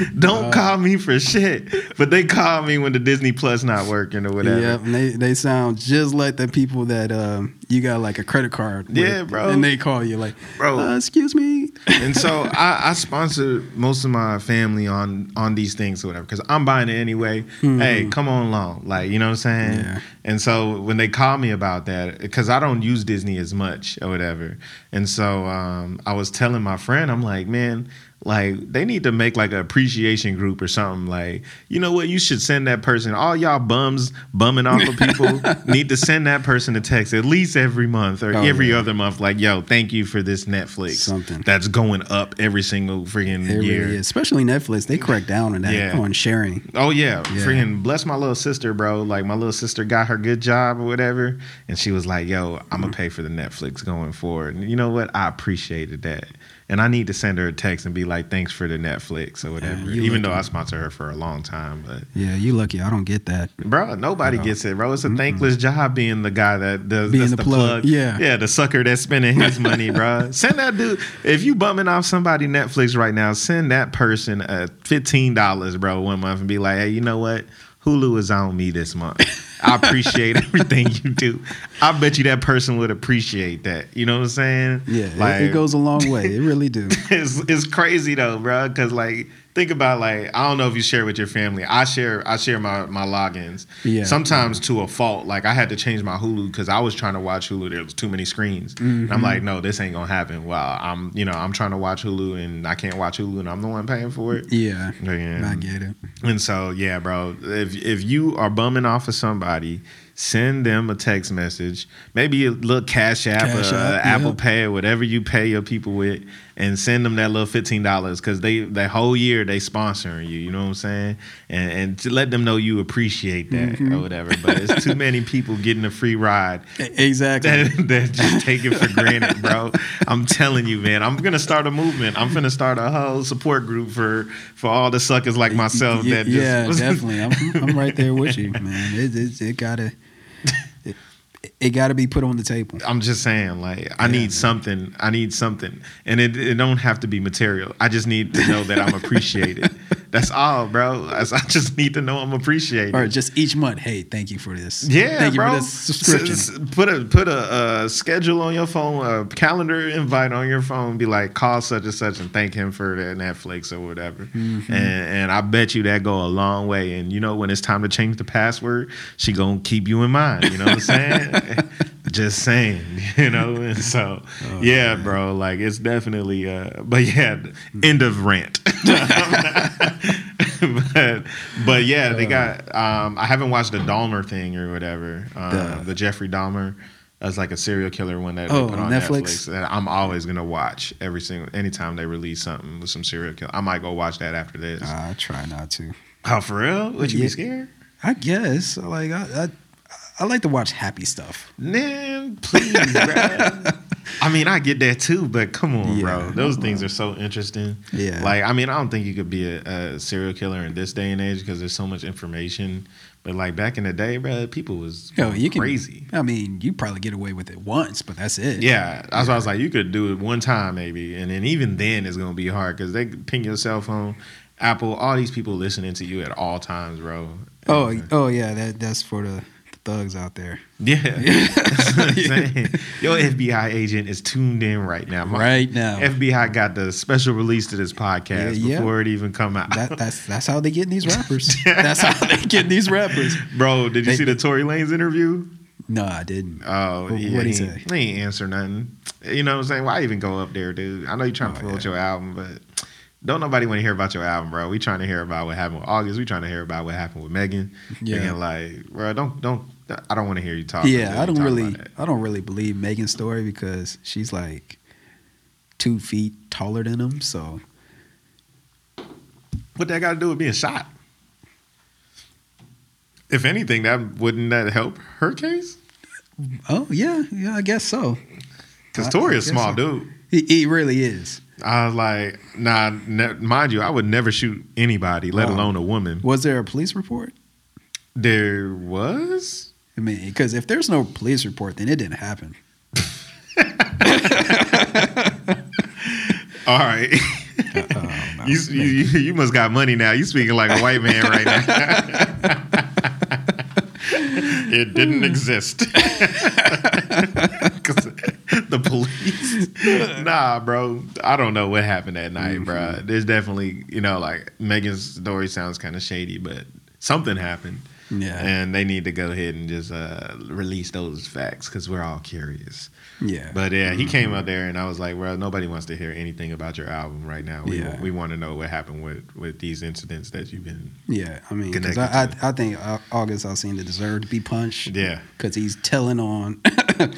[SPEAKER 1] Don't call me for shit. But they call me when the Disney Plus not working or whatever.
[SPEAKER 2] Yep, and they they sound just like the people that um, you got like a credit card. with,
[SPEAKER 1] Yeah, bro.
[SPEAKER 2] And they call you like,
[SPEAKER 1] Bro.
[SPEAKER 2] "Uh, excuse me,
[SPEAKER 1] And so I, I sponsor most of my family on on these things or whatever because I'm buying it anyway. Hey, come on along, like you know what I'm saying.
[SPEAKER 2] Hmm. Yeah.
[SPEAKER 1] And so when they call me about that, because I don't use Disney as much or whatever, and so um, I was telling my friend, I'm like, man, like they need to make like an appreciation group or something. Like, you know what? You should send that person. All y'all bums bumming off of people need to send that person a text at least every month or
[SPEAKER 2] Oh,
[SPEAKER 1] every
[SPEAKER 2] yeah.
[SPEAKER 1] other month. Like, yo, thank you for this Netflix
[SPEAKER 2] Something.
[SPEAKER 1] that's going up every single freaking
[SPEAKER 2] It
[SPEAKER 1] year.
[SPEAKER 2] really is. Especially Netflix, they crack down on that
[SPEAKER 1] Yeah.
[SPEAKER 2] on sharing.
[SPEAKER 1] Oh yeah.
[SPEAKER 2] Yeah.
[SPEAKER 1] freaking bless my little sister, bro. Like my little sister got her good job or whatever, and she was like, "Yo, I'm
[SPEAKER 2] Mm-hmm.
[SPEAKER 1] gonna pay for the Netflix going forward." And you know what? I appreciated that, and I need to send her a text and be like, "Thanks for the Netflix or whatever."
[SPEAKER 2] you
[SPEAKER 1] Even though
[SPEAKER 2] lucky.
[SPEAKER 1] I sponsored her for a long time, but
[SPEAKER 2] Yeah, you lucky. I don't get that.
[SPEAKER 1] bro, nobody
[SPEAKER 2] No.
[SPEAKER 1] gets it, bro. It's a thankless job being the guy that does
[SPEAKER 2] Being
[SPEAKER 1] that's
[SPEAKER 2] the plug, yeah.
[SPEAKER 1] yeah, the sucker that's spending his money, bro. Send that dude. If you bumming off somebody Netflix right now, send that person a fifteen dollars, bro, one month, and be like, hey, you know what? Hulu is on me this month. I appreciate everything you do. I bet you that person would appreciate that. You know what I'm saying?
[SPEAKER 2] Yeah, it- it, goes a long way. It really do.
[SPEAKER 1] it's it's crazy though, bro. Because like, think about like, I don't know if you share with your family. I share I share my my logins.
[SPEAKER 2] Yeah.
[SPEAKER 1] Sometimes to a fault. Like I had to change my Hulu because I was trying to watch Hulu. There was too many screens. And
[SPEAKER 2] Mm-hmm.
[SPEAKER 1] I'm like, no, this ain't gonna happen. Well, I'm you know I'm trying to watch Hulu and I can't watch Hulu and I'm the one paying for it.
[SPEAKER 2] Yeah,
[SPEAKER 1] Yeah.
[SPEAKER 2] I get it.
[SPEAKER 1] And so, yeah, bro, if if you are bumming off of somebody, send them a text message, maybe a little Cash App,
[SPEAKER 2] Cash
[SPEAKER 1] or
[SPEAKER 2] App,
[SPEAKER 1] uh,
[SPEAKER 2] yeah.
[SPEAKER 1] Apple Pay, or whatever you pay your people with, and send them that little fifteen dollars because they that whole year they sponsoring you. You know what I'm saying? And and to let them know you appreciate that
[SPEAKER 2] Mm-hmm.
[SPEAKER 1] or whatever. But it's too many people getting a free ride
[SPEAKER 2] E- Exactly.
[SPEAKER 1] that, that just take it for granted, bro. I'm telling you, man. I'm gonna start a movement. I'm gonna start a whole support group for for all the suckers like myself
[SPEAKER 2] Y-
[SPEAKER 1] that just
[SPEAKER 2] yeah, definitely. I'm, I'm right there with you, man. It it, it gotta it, it gotta be put on the table.
[SPEAKER 1] I'm just saying, like, I need
[SPEAKER 2] man.
[SPEAKER 1] something. I need something, and it, it don't have to be material. I just need to know that I'm appreciated. That's all, bro. I, I just need to know I'm appreciated.
[SPEAKER 2] Or just each month. Hey, thank you for this.
[SPEAKER 1] Yeah,
[SPEAKER 2] thank you
[SPEAKER 1] bro.
[SPEAKER 2] for this subscription.
[SPEAKER 1] S- s- put a put a uh, schedule on your phone, a calendar invite on your phone. Be like, call such and such and thank him for the Netflix or whatever.
[SPEAKER 2] Mm-hmm.
[SPEAKER 1] And and I bet you that go a long way. And you know when it's time to change the password, she gonna keep you in mind. You know what I'm saying? Just saying, you know. And so,
[SPEAKER 2] Oh,
[SPEAKER 1] yeah, bro. Like it's definitely. Uh, but yeah, end of rant. but but yeah, they got. Um, I haven't watched the Dahmer thing or whatever. Uh,
[SPEAKER 2] The-
[SPEAKER 1] the Jeffrey Dahmer. That's like a serial killer one that
[SPEAKER 2] Oh,
[SPEAKER 1] they put on
[SPEAKER 2] on Netflix?
[SPEAKER 1] Netflix. that I'm always gonna watch every single anytime they release something with some serial killer. I might go watch that after this.
[SPEAKER 2] I try not to.
[SPEAKER 1] oh, for real? Would you
[SPEAKER 2] Uh, yeah.
[SPEAKER 1] be scared?
[SPEAKER 2] I guess like I, I I like to watch happy stuff.
[SPEAKER 1] Man, please, bro. I mean, I get that too, but come on,
[SPEAKER 2] Yeah,
[SPEAKER 1] bro. Those
[SPEAKER 2] come
[SPEAKER 1] things are so interesting.
[SPEAKER 2] Yeah.
[SPEAKER 1] Like, I mean, I don't think you could be a, a serial killer in this day and age because there's so much information. But like back in the day, bro, people was
[SPEAKER 2] Yo, you can
[SPEAKER 1] crazy.
[SPEAKER 2] I mean, you probably get away with it once, but that's it.
[SPEAKER 1] Yeah, that's why I was like, you could do it one time maybe, and then even then it's gonna be hard because they could ping your cell phone, Apple, all these people listening to you at all times, bro.
[SPEAKER 2] Oh,
[SPEAKER 1] And-
[SPEAKER 2] oh yeah, that that's for the thugs out there.
[SPEAKER 1] yeah, That's what I'm saying. Your FBI agent is tuned in right now. My
[SPEAKER 2] Right now.
[SPEAKER 1] FBI got the special release to this podcast
[SPEAKER 2] Oh. Yeah, yeah.
[SPEAKER 1] before it even come out.
[SPEAKER 2] That that's that's how they get these rappers. that's how they get these rappers.
[SPEAKER 1] Bro, did you
[SPEAKER 2] They-
[SPEAKER 1] see the Tory Lanez interview?
[SPEAKER 2] No, I didn't.
[SPEAKER 1] Oh,
[SPEAKER 2] Wh-
[SPEAKER 1] yeah,
[SPEAKER 2] what'd he
[SPEAKER 1] he,
[SPEAKER 2] say?
[SPEAKER 1] he ain't answer nothing. You know what I'm saying? Why even go up there, dude? I know you're trying to
[SPEAKER 2] Oh,
[SPEAKER 1] promote
[SPEAKER 2] yeah.
[SPEAKER 1] your album, but don't nobody want to hear about your album, bro. We trying to hear about what happened with August. We trying to hear about what happened with Megan.
[SPEAKER 2] Yeah.
[SPEAKER 1] And like, bro, don't don't. I don't want to hear you talk.
[SPEAKER 2] yeah,
[SPEAKER 1] You
[SPEAKER 2] I don't
[SPEAKER 1] talk
[SPEAKER 2] really,
[SPEAKER 1] about that.
[SPEAKER 2] I don't really believe Megan's story because she's like two feet taller than him. So
[SPEAKER 1] What that got to do with being shot? If anything, that wouldn't that help her case?
[SPEAKER 2] oh yeah, yeah, I guess so.
[SPEAKER 1] Because
[SPEAKER 2] I-
[SPEAKER 1] Tory
[SPEAKER 2] I
[SPEAKER 1] is
[SPEAKER 2] guess
[SPEAKER 1] small,
[SPEAKER 2] so.
[SPEAKER 1] dude.
[SPEAKER 2] He, he really is.
[SPEAKER 1] I was like, nah, ne- mind you, I would never shoot anybody, let
[SPEAKER 2] Oh.
[SPEAKER 1] alone a woman.
[SPEAKER 2] Was there a police report?
[SPEAKER 1] There was.
[SPEAKER 2] I mean, because if there's no police report, then it didn't happen.
[SPEAKER 1] All right. you, you, you you must got money now. You speaking like a white man right now. it didn't exist. 'Cause the police. nah, bro. I don't know what happened that night, bro. There's definitely, you know, like Megan's story sounds kind of shady, but something happened.
[SPEAKER 2] Yeah.
[SPEAKER 1] And they need to go ahead and just uh, release those facts because we're all curious.
[SPEAKER 2] Yeah.
[SPEAKER 1] But yeah, he came
[SPEAKER 2] Mm-hmm.
[SPEAKER 1] out there and I was like, well, nobody wants to hear anything about your album right now. We,
[SPEAKER 2] Yeah.
[SPEAKER 1] we want to know what happened with, with these incidents that you've been.
[SPEAKER 2] Yeah, I mean, 'cause I,
[SPEAKER 1] Connected
[SPEAKER 2] I, I think Au- August Alsina deserved to be punched.
[SPEAKER 1] Yeah.
[SPEAKER 2] because he's telling on.
[SPEAKER 1] I,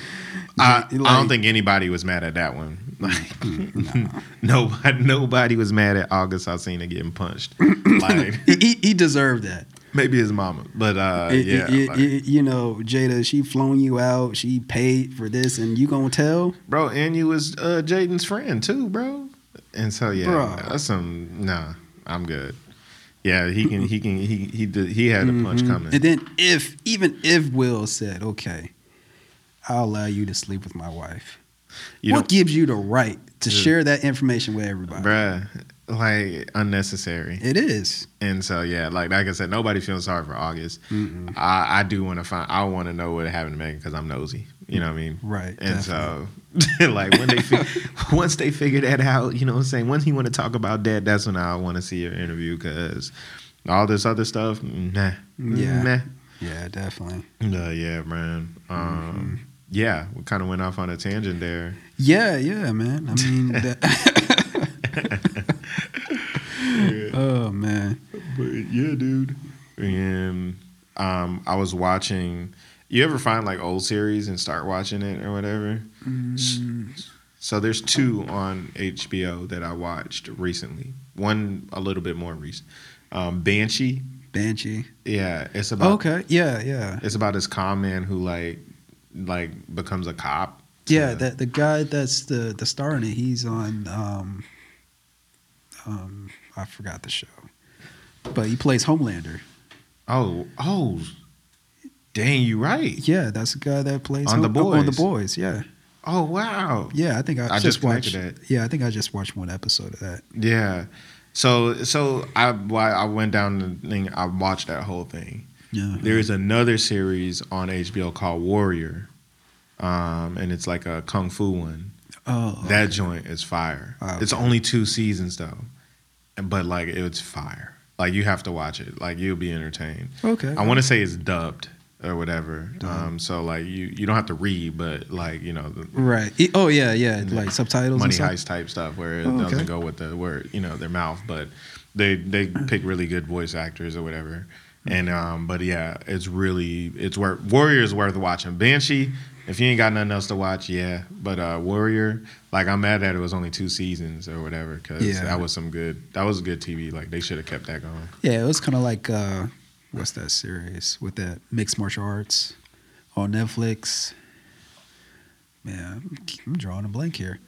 [SPEAKER 1] I don't
[SPEAKER 2] Like,
[SPEAKER 1] think anybody was mad at that one. Like, nobody, nobody was mad at August Alsina getting punched. like
[SPEAKER 2] he, he, he deserved that.
[SPEAKER 1] maybe his mama, but uh,
[SPEAKER 2] It-
[SPEAKER 1] yeah,
[SPEAKER 2] it-
[SPEAKER 1] like-
[SPEAKER 2] it- you know, Jada, she flown you out. She paid for this, and you gonna tell?
[SPEAKER 1] bro. And you was uh, Jaden's friend too, bro. And so yeah,
[SPEAKER 2] Bro.
[SPEAKER 1] that's some. Nah, I'm good. Yeah, he can. He can. He he did, he had a punch coming.
[SPEAKER 2] And then if even if Will said, "Okay, I'll allow you to sleep with my wife,"
[SPEAKER 1] You
[SPEAKER 2] what
[SPEAKER 1] don't,
[SPEAKER 2] gives you the right to
[SPEAKER 1] Yeah.
[SPEAKER 2] share that information with everybody?
[SPEAKER 1] bruh, like unnecessary.
[SPEAKER 2] It is.
[SPEAKER 1] And so yeah, like like I said, nobody feels sorry for August.
[SPEAKER 2] Mm-mm.
[SPEAKER 1] I, I do want to find. I want to know what happened to Megan because I'm nosy. You know what I mean?
[SPEAKER 2] Right,
[SPEAKER 1] And uh, so, like when they fi- once they figure that out, you know what I'm saying. Once he want to talk about that, that's when I want to see her interview because all this other stuff, nah,
[SPEAKER 2] Yeah.
[SPEAKER 1] nah.
[SPEAKER 2] Yeah, definitely.
[SPEAKER 1] Uh, yeah, man. Um, Yeah, we kind of went off on a tangent there.
[SPEAKER 2] Yeah, yeah, man. I mean, that, oh man.
[SPEAKER 1] But yeah, dude. And um, I was watching. You ever find like old series and start watching it or whatever? So there's two on HBO that I watched recently. One a little bit more recent. Um, Banshee.
[SPEAKER 2] Banshee.
[SPEAKER 1] Yeah, it's about
[SPEAKER 2] Okay. Yeah, yeah.
[SPEAKER 1] it's about this con man who like like becomes a cop.
[SPEAKER 2] Yeah,
[SPEAKER 1] to-
[SPEAKER 2] that the guy that's the the star in it, he's on um um I forgot the show. But he plays Homelander.
[SPEAKER 1] oh oh, dang, you right.
[SPEAKER 2] Yeah, that's the guy that plays
[SPEAKER 1] On The
[SPEAKER 2] on the
[SPEAKER 1] Boys.
[SPEAKER 2] boys. Yeah,
[SPEAKER 1] Oh wow.
[SPEAKER 2] yeah. I think I,
[SPEAKER 1] I just
[SPEAKER 2] just, watched.
[SPEAKER 1] connected
[SPEAKER 2] Yeah, I think I just watched one episode of that.
[SPEAKER 1] Yeah. So so I why I went down the thing. I watched that whole thing.
[SPEAKER 2] Yeah,
[SPEAKER 1] There is another series on HBO called Warrior, um, and it's like a kung fu one.
[SPEAKER 2] oh,
[SPEAKER 1] That joint is fire.
[SPEAKER 2] Oh,
[SPEAKER 1] It's only two seasons though, but like it's fire. Like you have to watch it. Like you'll be entertained.
[SPEAKER 2] okay.
[SPEAKER 1] I want to say it's dubbed or whatever.
[SPEAKER 2] Dubbed.
[SPEAKER 1] Um, so like you you don't have to read, but like you know the
[SPEAKER 2] right. He- oh yeah, yeah. Like subtitles.
[SPEAKER 1] money
[SPEAKER 2] and stuff.
[SPEAKER 1] heist type stuff where it
[SPEAKER 2] Oh, okay.
[SPEAKER 1] doesn't go with the word you know their mouth, but they they pick really good voice actors or whatever.
[SPEAKER 2] Hmm.
[SPEAKER 1] And um, but yeah, it's really it's worth Warrior's worth watching. Banshee, if you ain't got nothing else to watch, yeah. But uh, Warrior, like I'm mad that it was only two seasons or whatever because
[SPEAKER 2] Yeah.
[SPEAKER 1] that was some good that was good TV. Like they should have kept that going.
[SPEAKER 2] Yeah, it was kind of like uh, what's that series with that mixed martial arts on Netflix. Man, I'm, I'm drawing a blank here,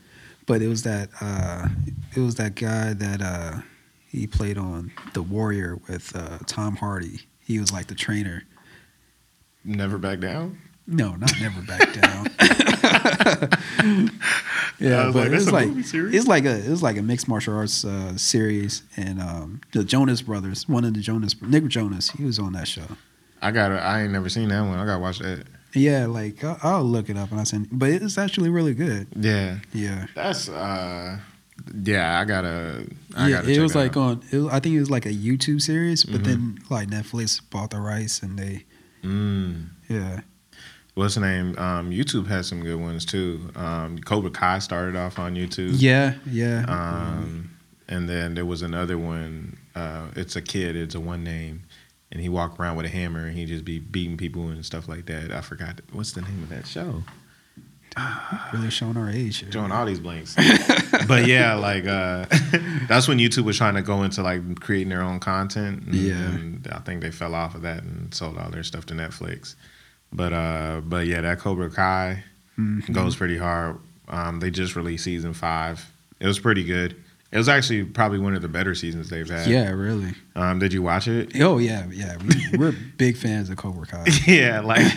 [SPEAKER 2] but it was that uh, it was that guy that uh, he played on The Warrior with uh, Tom Hardy. He was like the trainer.
[SPEAKER 1] Never back down.
[SPEAKER 2] No, not never back down. yeah,
[SPEAKER 1] I was
[SPEAKER 2] but
[SPEAKER 1] like, that's
[SPEAKER 2] it was
[SPEAKER 1] a
[SPEAKER 2] like
[SPEAKER 1] movie series?
[SPEAKER 2] it's like a it was like a mixed martial arts uh, series, and um, the Jonas Brothers, one of the Jonas, Nick Jonas, he was on that show.
[SPEAKER 1] I got to I ain't never seen that one. I gotta watch that.
[SPEAKER 2] Yeah, like I'll, I'll look it up and I send, but it's actually really good.
[SPEAKER 1] Yeah,
[SPEAKER 2] Yeah,
[SPEAKER 1] that's uh, yeah. I gotta. I
[SPEAKER 2] yeah.
[SPEAKER 1] gotta
[SPEAKER 2] It
[SPEAKER 1] check
[SPEAKER 2] was
[SPEAKER 1] that out.
[SPEAKER 2] like
[SPEAKER 1] Mm-hmm.
[SPEAKER 2] on, it, was- I think it was like a YouTube series, but then like Netflix bought the rights and they,
[SPEAKER 1] Mm.
[SPEAKER 2] yeah,
[SPEAKER 1] what's the name? Um, YouTube has some good ones too. Um, Cobra Kai started off on YouTube.
[SPEAKER 2] yeah, yeah.
[SPEAKER 1] Um, and then there was another one. Uh, it's a kid. It's a one name, and he walked around with a hammer and he just be beating people and stuff like that. I forgot what's the name of that show.
[SPEAKER 2] really showing our age. here.
[SPEAKER 1] Doing all these blanks. but yeah, like uh, that's when YouTube was trying to go into like creating their own content. And,
[SPEAKER 2] Yeah.
[SPEAKER 1] and I think they fell off of that and sold all their stuff to Netflix. But uh, but yeah, that Cobra Kai
[SPEAKER 2] Mhm.
[SPEAKER 1] goes pretty hard. Um, they just released season five. It was pretty good. It was actually probably one of the better seasons they've had.
[SPEAKER 2] Yeah, really.
[SPEAKER 1] Um, did you watch it?
[SPEAKER 2] Oh yeah, yeah. We, we're big fans of Cobra Kai.
[SPEAKER 1] Yeah, like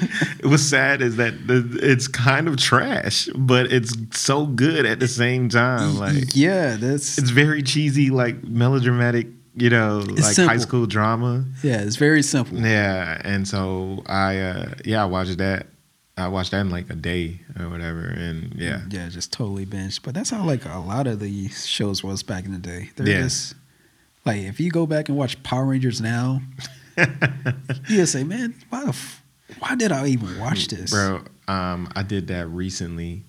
[SPEAKER 1] what's sad is that the, it's kind of trash, but it's so good at the same time. Like
[SPEAKER 2] yeah, that's
[SPEAKER 1] it's very cheesy, like melodramatic, you know, like high
[SPEAKER 2] simple.
[SPEAKER 1] school drama.
[SPEAKER 2] yeah. It's very simple.
[SPEAKER 1] Yeah, and so I, uh, yeah, I watched that. I watched that in like a day or whatever, and yeah,
[SPEAKER 2] Yeah, just totally benched. But that's how like a lot of the shows was back in the day. They're
[SPEAKER 1] Yeah.
[SPEAKER 2] just like if you go back and watch Power Rangers now, you'll say, Man, why the f- why did I even watch this?
[SPEAKER 1] bro. Um, I did that recently.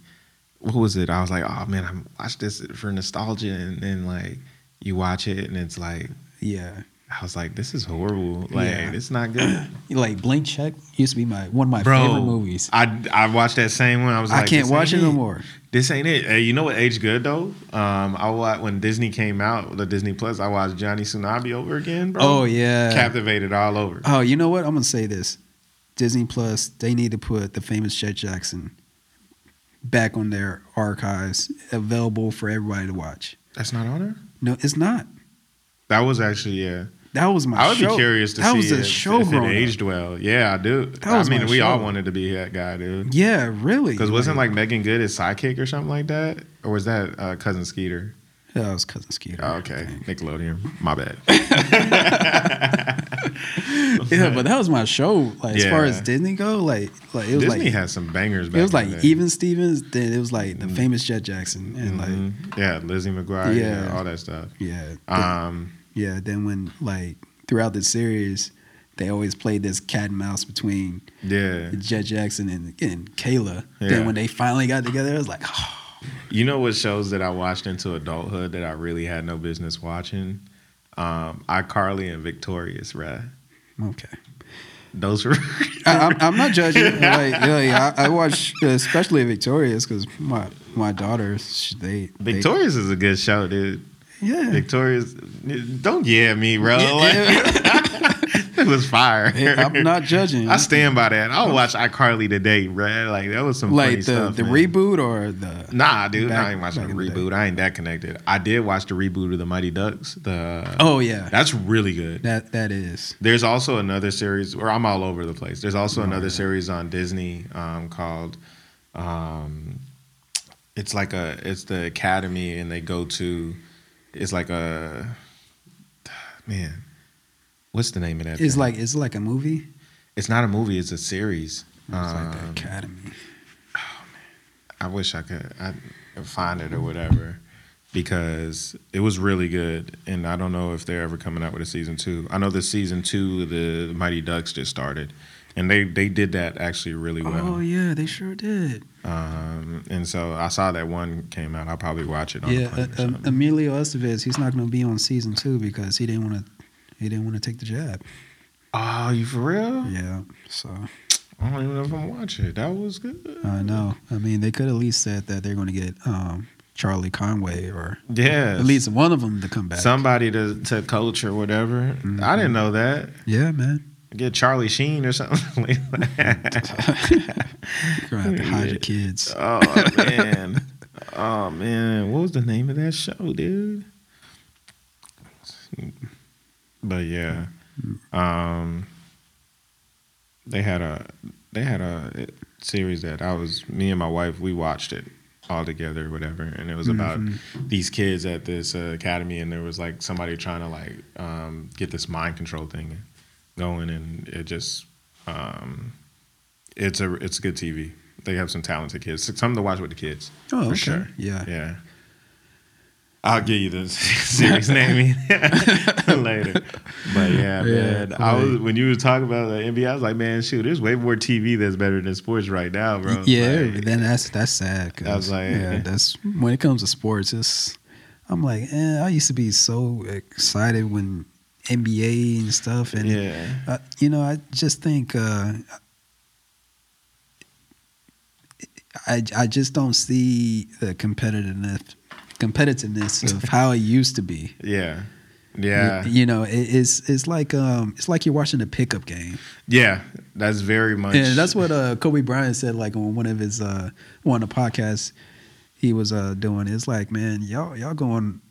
[SPEAKER 1] What was it? I was like, oh man, I watched this for nostalgia, and then like you watch it, and it's like
[SPEAKER 2] Yeah.
[SPEAKER 1] I was like, this is horrible. Like
[SPEAKER 2] Yeah.
[SPEAKER 1] it's not good,
[SPEAKER 2] Like Blank Check used to be my one of my
[SPEAKER 1] bro.
[SPEAKER 2] favorite movies.
[SPEAKER 1] I I watched that same one. I was like,
[SPEAKER 2] I can't
[SPEAKER 1] this
[SPEAKER 2] watch it
[SPEAKER 1] ain't
[SPEAKER 2] no more.
[SPEAKER 1] This ain't it. Hey, you know what age good though? Um, I watched when Disney came out, the Disney Plus. I watched Johnny Tsunami over again, bro.
[SPEAKER 2] Oh yeah.
[SPEAKER 1] captivated all over.
[SPEAKER 2] Oh, you know what? I'm gonna say this. Disney Plus, they need to put the famous Chet Jackson back on their archives, available for everybody to watch.
[SPEAKER 1] That's not on there.
[SPEAKER 2] No, it's not.
[SPEAKER 1] That was actually yeah.
[SPEAKER 2] That was my.
[SPEAKER 1] I would
[SPEAKER 2] show.
[SPEAKER 1] be curious to
[SPEAKER 2] that
[SPEAKER 1] see
[SPEAKER 2] was the
[SPEAKER 1] if,
[SPEAKER 2] show
[SPEAKER 1] if it
[SPEAKER 2] growing up.
[SPEAKER 1] aged well. Yeah, I do.
[SPEAKER 2] That was
[SPEAKER 1] I mean,
[SPEAKER 2] my
[SPEAKER 1] we all
[SPEAKER 2] show.
[SPEAKER 1] wanted to be that guy, dude.
[SPEAKER 2] Yeah, really.
[SPEAKER 1] Because wasn't like Megan Good his sidekick or something like that, or was that uh, cousin Skeeter?
[SPEAKER 2] Yeah, that was cousin Skeeter.
[SPEAKER 1] Oh,
[SPEAKER 2] I
[SPEAKER 1] okay,
[SPEAKER 2] think.
[SPEAKER 1] Nickelodeon. My bad.
[SPEAKER 2] Yeah, but that was my show. Like as far as
[SPEAKER 1] Yeah.
[SPEAKER 2] Disney go, like like it was
[SPEAKER 1] Disney
[SPEAKER 2] like
[SPEAKER 1] had some bangers. Back
[SPEAKER 2] it was like
[SPEAKER 1] in the day. Mm.
[SPEAKER 2] even Stevens. Then it was like the famous Jet Jackson and like
[SPEAKER 1] Mhm. yeah, Lizzie McGuire, yeah.
[SPEAKER 2] Yeah.
[SPEAKER 1] all that stuff.
[SPEAKER 2] yeah th-
[SPEAKER 1] Um,
[SPEAKER 2] yeah. Then when like throughout the series, they always played this cat and mouse between
[SPEAKER 1] yeah.
[SPEAKER 2] Jet Jackson and, and Kayla.
[SPEAKER 1] Yeah.
[SPEAKER 2] Then when they finally got together, it was like, oh,
[SPEAKER 1] You know what shows that I watched into adulthood that I really had no business watching? Um, iCarly and Victorious, right?
[SPEAKER 2] okay.
[SPEAKER 1] Those were
[SPEAKER 2] I, I'm, I'm not judging. Like, like, I, I watch, uh, especially Victorious, because my my daughters, sh- they they-
[SPEAKER 1] Victorious is a good show, dude.
[SPEAKER 2] yeah.
[SPEAKER 1] Victorious, don't yeah me, bro.
[SPEAKER 2] Yeah,
[SPEAKER 1] Like,
[SPEAKER 2] yeah.
[SPEAKER 1] it was fire.
[SPEAKER 2] Yeah, I'm not judging.
[SPEAKER 1] I stand by that. I'll watch iCarly today, bro. Like that was some funny
[SPEAKER 2] like the
[SPEAKER 1] stuff,
[SPEAKER 2] the
[SPEAKER 1] man.
[SPEAKER 2] reboot or the
[SPEAKER 1] Nah, dude,
[SPEAKER 2] Back-
[SPEAKER 1] I ain't watching
[SPEAKER 2] back
[SPEAKER 1] the
[SPEAKER 2] in the day.
[SPEAKER 1] reboot. I ain't that connected. I did watch the reboot of the Mighty Ducks. The
[SPEAKER 2] oh yeah
[SPEAKER 1] that's really good.
[SPEAKER 2] that that is
[SPEAKER 1] There's also another series where I'm all over the place. There's
[SPEAKER 2] Oh,
[SPEAKER 1] also another series on Disney um, called um, it's like a it's the academy and they go to it's like a man what's the name of that
[SPEAKER 2] it's
[SPEAKER 1] thing?
[SPEAKER 2] like it's like a movie.
[SPEAKER 1] it's not a movie it's a series
[SPEAKER 2] It's like the
[SPEAKER 1] Um,
[SPEAKER 2] Academy.
[SPEAKER 1] I wish I could I could find it or whatever because it was really good and I don't know if they're ever coming out with a season 2. I know the season 2 of the Mighty Ducks just started and they they did that actually really well.
[SPEAKER 2] oh yeah, they sure did.
[SPEAKER 1] Um and so I saw that one came out. I'll probably watch it on the
[SPEAKER 2] Yeah,
[SPEAKER 1] plane or
[SPEAKER 2] uh, um,
[SPEAKER 1] something.
[SPEAKER 2] Emilio Estevez, he's not going to be on season two because he didn't want to. He didn't want to take the jab.
[SPEAKER 1] Oh, you for real?
[SPEAKER 2] Yeah, so
[SPEAKER 1] I don't even know if I'm watching it. That was good.
[SPEAKER 2] I know. I mean, they could at least said that they're going to get um, Charlie Conway or
[SPEAKER 1] Yeah.
[SPEAKER 2] at least one of them to come back.
[SPEAKER 1] somebody to to coach or whatever. I
[SPEAKER 2] Mm-hmm.
[SPEAKER 1] didn't know that.
[SPEAKER 2] Yeah, man.
[SPEAKER 1] Get Charlie Sheen or something like that.
[SPEAKER 2] You're going to have to hide
[SPEAKER 1] Yeah.
[SPEAKER 2] your kids.
[SPEAKER 1] Oh man. Oh man. What was the name of that show, dude? But yeah. Um they had a they had a series that I was me and my wife we watched it all together or whatever and it was about these kids at this uh, academy and there was like somebody trying to like um, get this mind control thing going and it just um, it's a it's good TV. They have some talented kids. Something to watch with the kids.
[SPEAKER 2] Oh,
[SPEAKER 1] for
[SPEAKER 2] okay.
[SPEAKER 1] sure.
[SPEAKER 2] Yeah.
[SPEAKER 1] Yeah. I'll give you the series name later. But yeah, man. I was
[SPEAKER 2] right.
[SPEAKER 1] when you were talking about the NBA, I was like, man, shoot, there's way more TV that's better than sports right now, bro.
[SPEAKER 2] yeah,
[SPEAKER 1] Like,
[SPEAKER 2] then that's that's sad. 'cause,
[SPEAKER 1] I was like-
[SPEAKER 2] yeah, that's when it comes to sports. It's I'm like, eh, I used to be so excited when NBA and stuff, and
[SPEAKER 1] yeah.
[SPEAKER 2] Uh, you know, I just think uh, I I just don't see the competitiveness competitiveness of how it used to be.
[SPEAKER 1] Yeah. Yeah.
[SPEAKER 2] You, know, it, it's it's like um it's like you're watching a pickup game,
[SPEAKER 1] Yeah. That's very much
[SPEAKER 2] and that's what uh Kobe Bryant said like on one of his uh one of the podcasts he was uh doing. It's like man, y'all y'all going.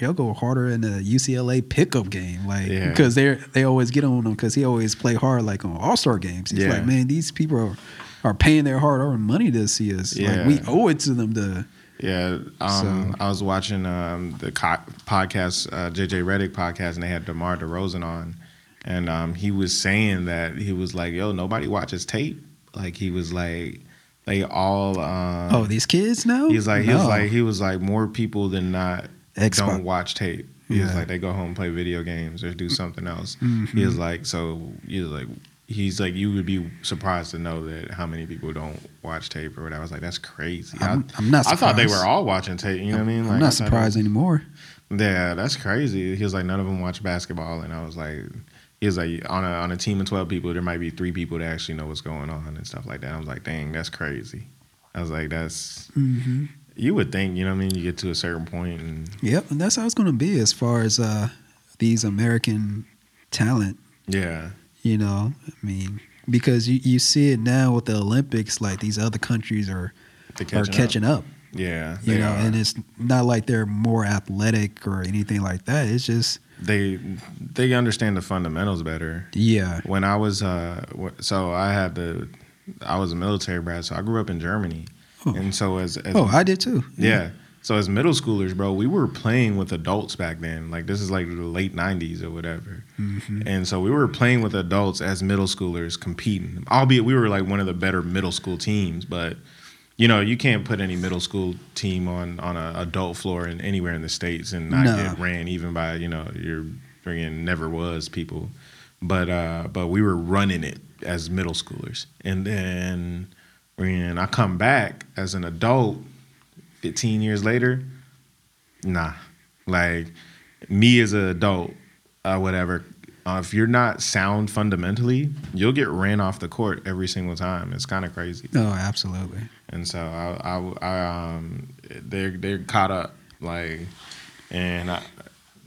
[SPEAKER 2] Y'all go harder in the UCLA pickup game, like
[SPEAKER 1] Yeah.
[SPEAKER 2] because they they always get on him because he always play hard, like on All Star games. He's
[SPEAKER 1] Yeah.
[SPEAKER 2] like, man, these people are, are paying their hard earned money to see us.
[SPEAKER 1] Yeah.
[SPEAKER 2] Like we owe it to them to.
[SPEAKER 1] Yeah, um, I was watching um, the co- podcast, uh, JJ Reddick podcast, and they had DeMar DeRozan on, and um, he was saying that he was like, "Yo, nobody watches tape Like he was like they all. Um,
[SPEAKER 2] Oh, these kids now?
[SPEAKER 1] he's like he was
[SPEAKER 2] No.
[SPEAKER 1] like he was like more people than not
[SPEAKER 2] Xbox.
[SPEAKER 1] don't watch tape. He was
[SPEAKER 2] Yeah. Mm-hmm.
[SPEAKER 1] like they go home and play video games or do something else.
[SPEAKER 2] Mhm.
[SPEAKER 1] He was like so he was like he's like you would be surprised to know that how many people don't watch tape or whatever. I was like that's crazy. I-
[SPEAKER 2] I'm, I'm not.
[SPEAKER 1] I
[SPEAKER 2] Surprised.
[SPEAKER 1] thought they were all watching tape. You know what I mean?
[SPEAKER 2] I'm not
[SPEAKER 1] I thought-
[SPEAKER 2] surprised anymore.
[SPEAKER 1] Yeah, that's crazy. He was like, none of them watch basketball, and I was like, he was like, on a on a team of twelve people, there might be three people that actually know what's going on and stuff like that. I was like, dang, that's crazy. I was like, that's
[SPEAKER 2] Mm-hmm.
[SPEAKER 1] you would think, you know what I mean? You get to a certain point, and
[SPEAKER 2] Yep, and that's how it's going to be as far as uh, these American talent.
[SPEAKER 1] yeah,
[SPEAKER 2] You know, I mean, because you, you see it now with the Olympics, like these other countries are
[SPEAKER 1] they
[SPEAKER 2] are catching up.
[SPEAKER 1] up. Yeah,
[SPEAKER 2] you
[SPEAKER 1] they
[SPEAKER 2] know,
[SPEAKER 1] are.
[SPEAKER 2] and it's not like they're more athletic or anything like that. It's just
[SPEAKER 1] they they understand the fundamentals better.
[SPEAKER 2] yeah,
[SPEAKER 1] when I was uh, wh- so I had the I was a military brat, so I grew up in Germany,
[SPEAKER 2] Oh.
[SPEAKER 1] and so as, as
[SPEAKER 2] Oh, I did too.
[SPEAKER 1] yeah, so as middle schoolers, bro, we were playing with adults back then. Like this is like the late '90s or whatever, Mm-hmm. and so we were playing with adults as middle schoolers competing. Albeit we were like one of the better middle school teams, but you know you can't put any middle school team on on an adult floor in anywhere in the states and not
[SPEAKER 2] No.
[SPEAKER 1] get ran even by you know your friggin' never was people but uh but we were running it as middle schoolers and then when i come back as an adult 15 years later nah like me as an adult uh whatever uh, if you're not sound fundamentally you'll get ran off the court every single time it's kind of crazy
[SPEAKER 2] Oh, absolutely.
[SPEAKER 1] and so I, I, I um, they're they're caught up like, and I,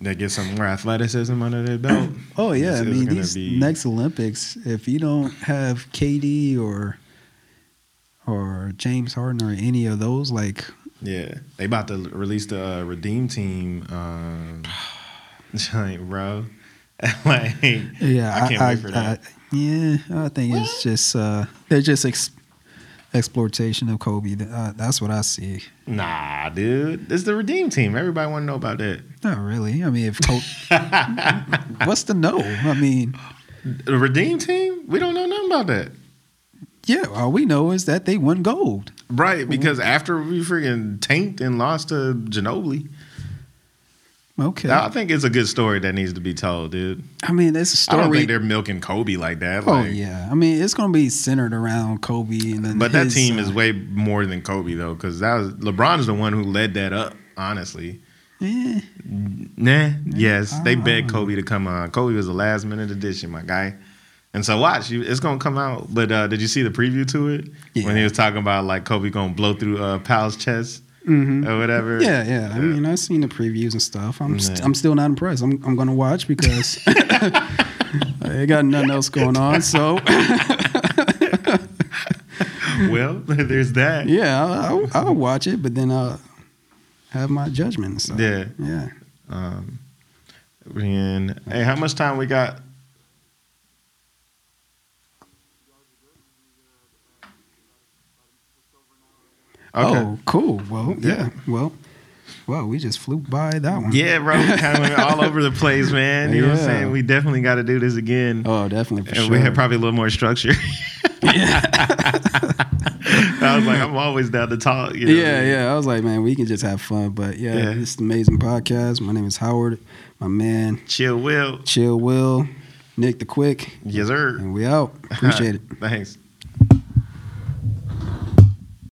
[SPEAKER 1] they get some more athleticism under their belt.
[SPEAKER 2] Oh
[SPEAKER 1] It's-
[SPEAKER 2] yeah, I
[SPEAKER 1] it's
[SPEAKER 2] mean
[SPEAKER 1] gonna
[SPEAKER 2] these
[SPEAKER 1] be-
[SPEAKER 2] next Olympics, if you don't have KD or or James Harden or any of those, like
[SPEAKER 1] yeah, they about to release the uh, redeem team, um, joint, bro. like,
[SPEAKER 2] yeah,
[SPEAKER 1] I can't wait for that.
[SPEAKER 2] I- yeah, I think it's just uh, they're just ex- exploitation of Kobe. Th- Uh, that's what I see.
[SPEAKER 1] nah, dude, it's the redeem team. Everybody want to know about that.
[SPEAKER 2] Not really. I mean, if Kobe, what's the no? I mean,
[SPEAKER 1] The redeem team? We don't know nothing about that.
[SPEAKER 2] yeah, all we know is that they won gold.
[SPEAKER 1] Right, because after we freaking tanked and lost to Ginobili,
[SPEAKER 2] Okay,
[SPEAKER 1] I think it's a good story that needs to be told, dude.
[SPEAKER 2] I mean, it's a
[SPEAKER 1] I don't
[SPEAKER 2] story.
[SPEAKER 1] think they're milking Kobe like that.
[SPEAKER 2] Oh
[SPEAKER 1] like-
[SPEAKER 2] yeah, I mean it's gonna be centered around Kobe and then.
[SPEAKER 1] But that
[SPEAKER 2] his,
[SPEAKER 1] team
[SPEAKER 2] uh,
[SPEAKER 1] is way more than Kobe though, because that was LeBron is the one who led that up. Honestly,
[SPEAKER 2] eh,
[SPEAKER 1] nah, Ah. yes,
[SPEAKER 2] I
[SPEAKER 1] they
[SPEAKER 2] don't- I
[SPEAKER 1] begged
[SPEAKER 2] don't know.
[SPEAKER 1] Kobe to come on. Kobe was the last minute addition, my guy. And so watch, you, it's gonna come out. But uh, did you see the preview to it when he
[SPEAKER 2] Yeah.
[SPEAKER 1] was talking about like Kobe gonna blow through uh, Powell's chest
[SPEAKER 2] mhm.
[SPEAKER 1] or whatever?
[SPEAKER 2] Yeah, yeah. I
[SPEAKER 1] Mm-hmm. Yeah.
[SPEAKER 2] mean, I've seen the previews and stuff. I'm, st-
[SPEAKER 1] Yeah.
[SPEAKER 2] I'm still not impressed. I'm, I'm gonna watch because I got nothing else going on. So
[SPEAKER 1] Well, there's that.
[SPEAKER 2] Mm. yeah, I'll, I'll, I'll watch it, but then I'll have my judgment and stuff.
[SPEAKER 1] Yeah.
[SPEAKER 2] yeah.
[SPEAKER 1] Um, and hey, how much time we got? Okay.
[SPEAKER 2] Oh, cool. Well,
[SPEAKER 1] Yeah.
[SPEAKER 2] yeah. Well, well, we just flew by that one.
[SPEAKER 1] Yeah, bro, we kind of went all over the place, man. You know what I'm
[SPEAKER 2] Yeah.
[SPEAKER 1] saying? We definitely got to do this again.
[SPEAKER 2] Oh, definitely for
[SPEAKER 1] and
[SPEAKER 2] sure.
[SPEAKER 1] we had probably a little more structure. I was like, I'm always down to talk. You know?
[SPEAKER 2] Yeah, yeah. I was like, man, we can just have fun. But yeah,
[SPEAKER 1] Yeah.
[SPEAKER 2] this is an amazing podcast. My name is Howard. My man,
[SPEAKER 1] Chill, Will.
[SPEAKER 2] Chill Will, Nick the Quick,
[SPEAKER 1] Yes, sir.
[SPEAKER 2] and we out. Appreciate it.
[SPEAKER 1] Thanks.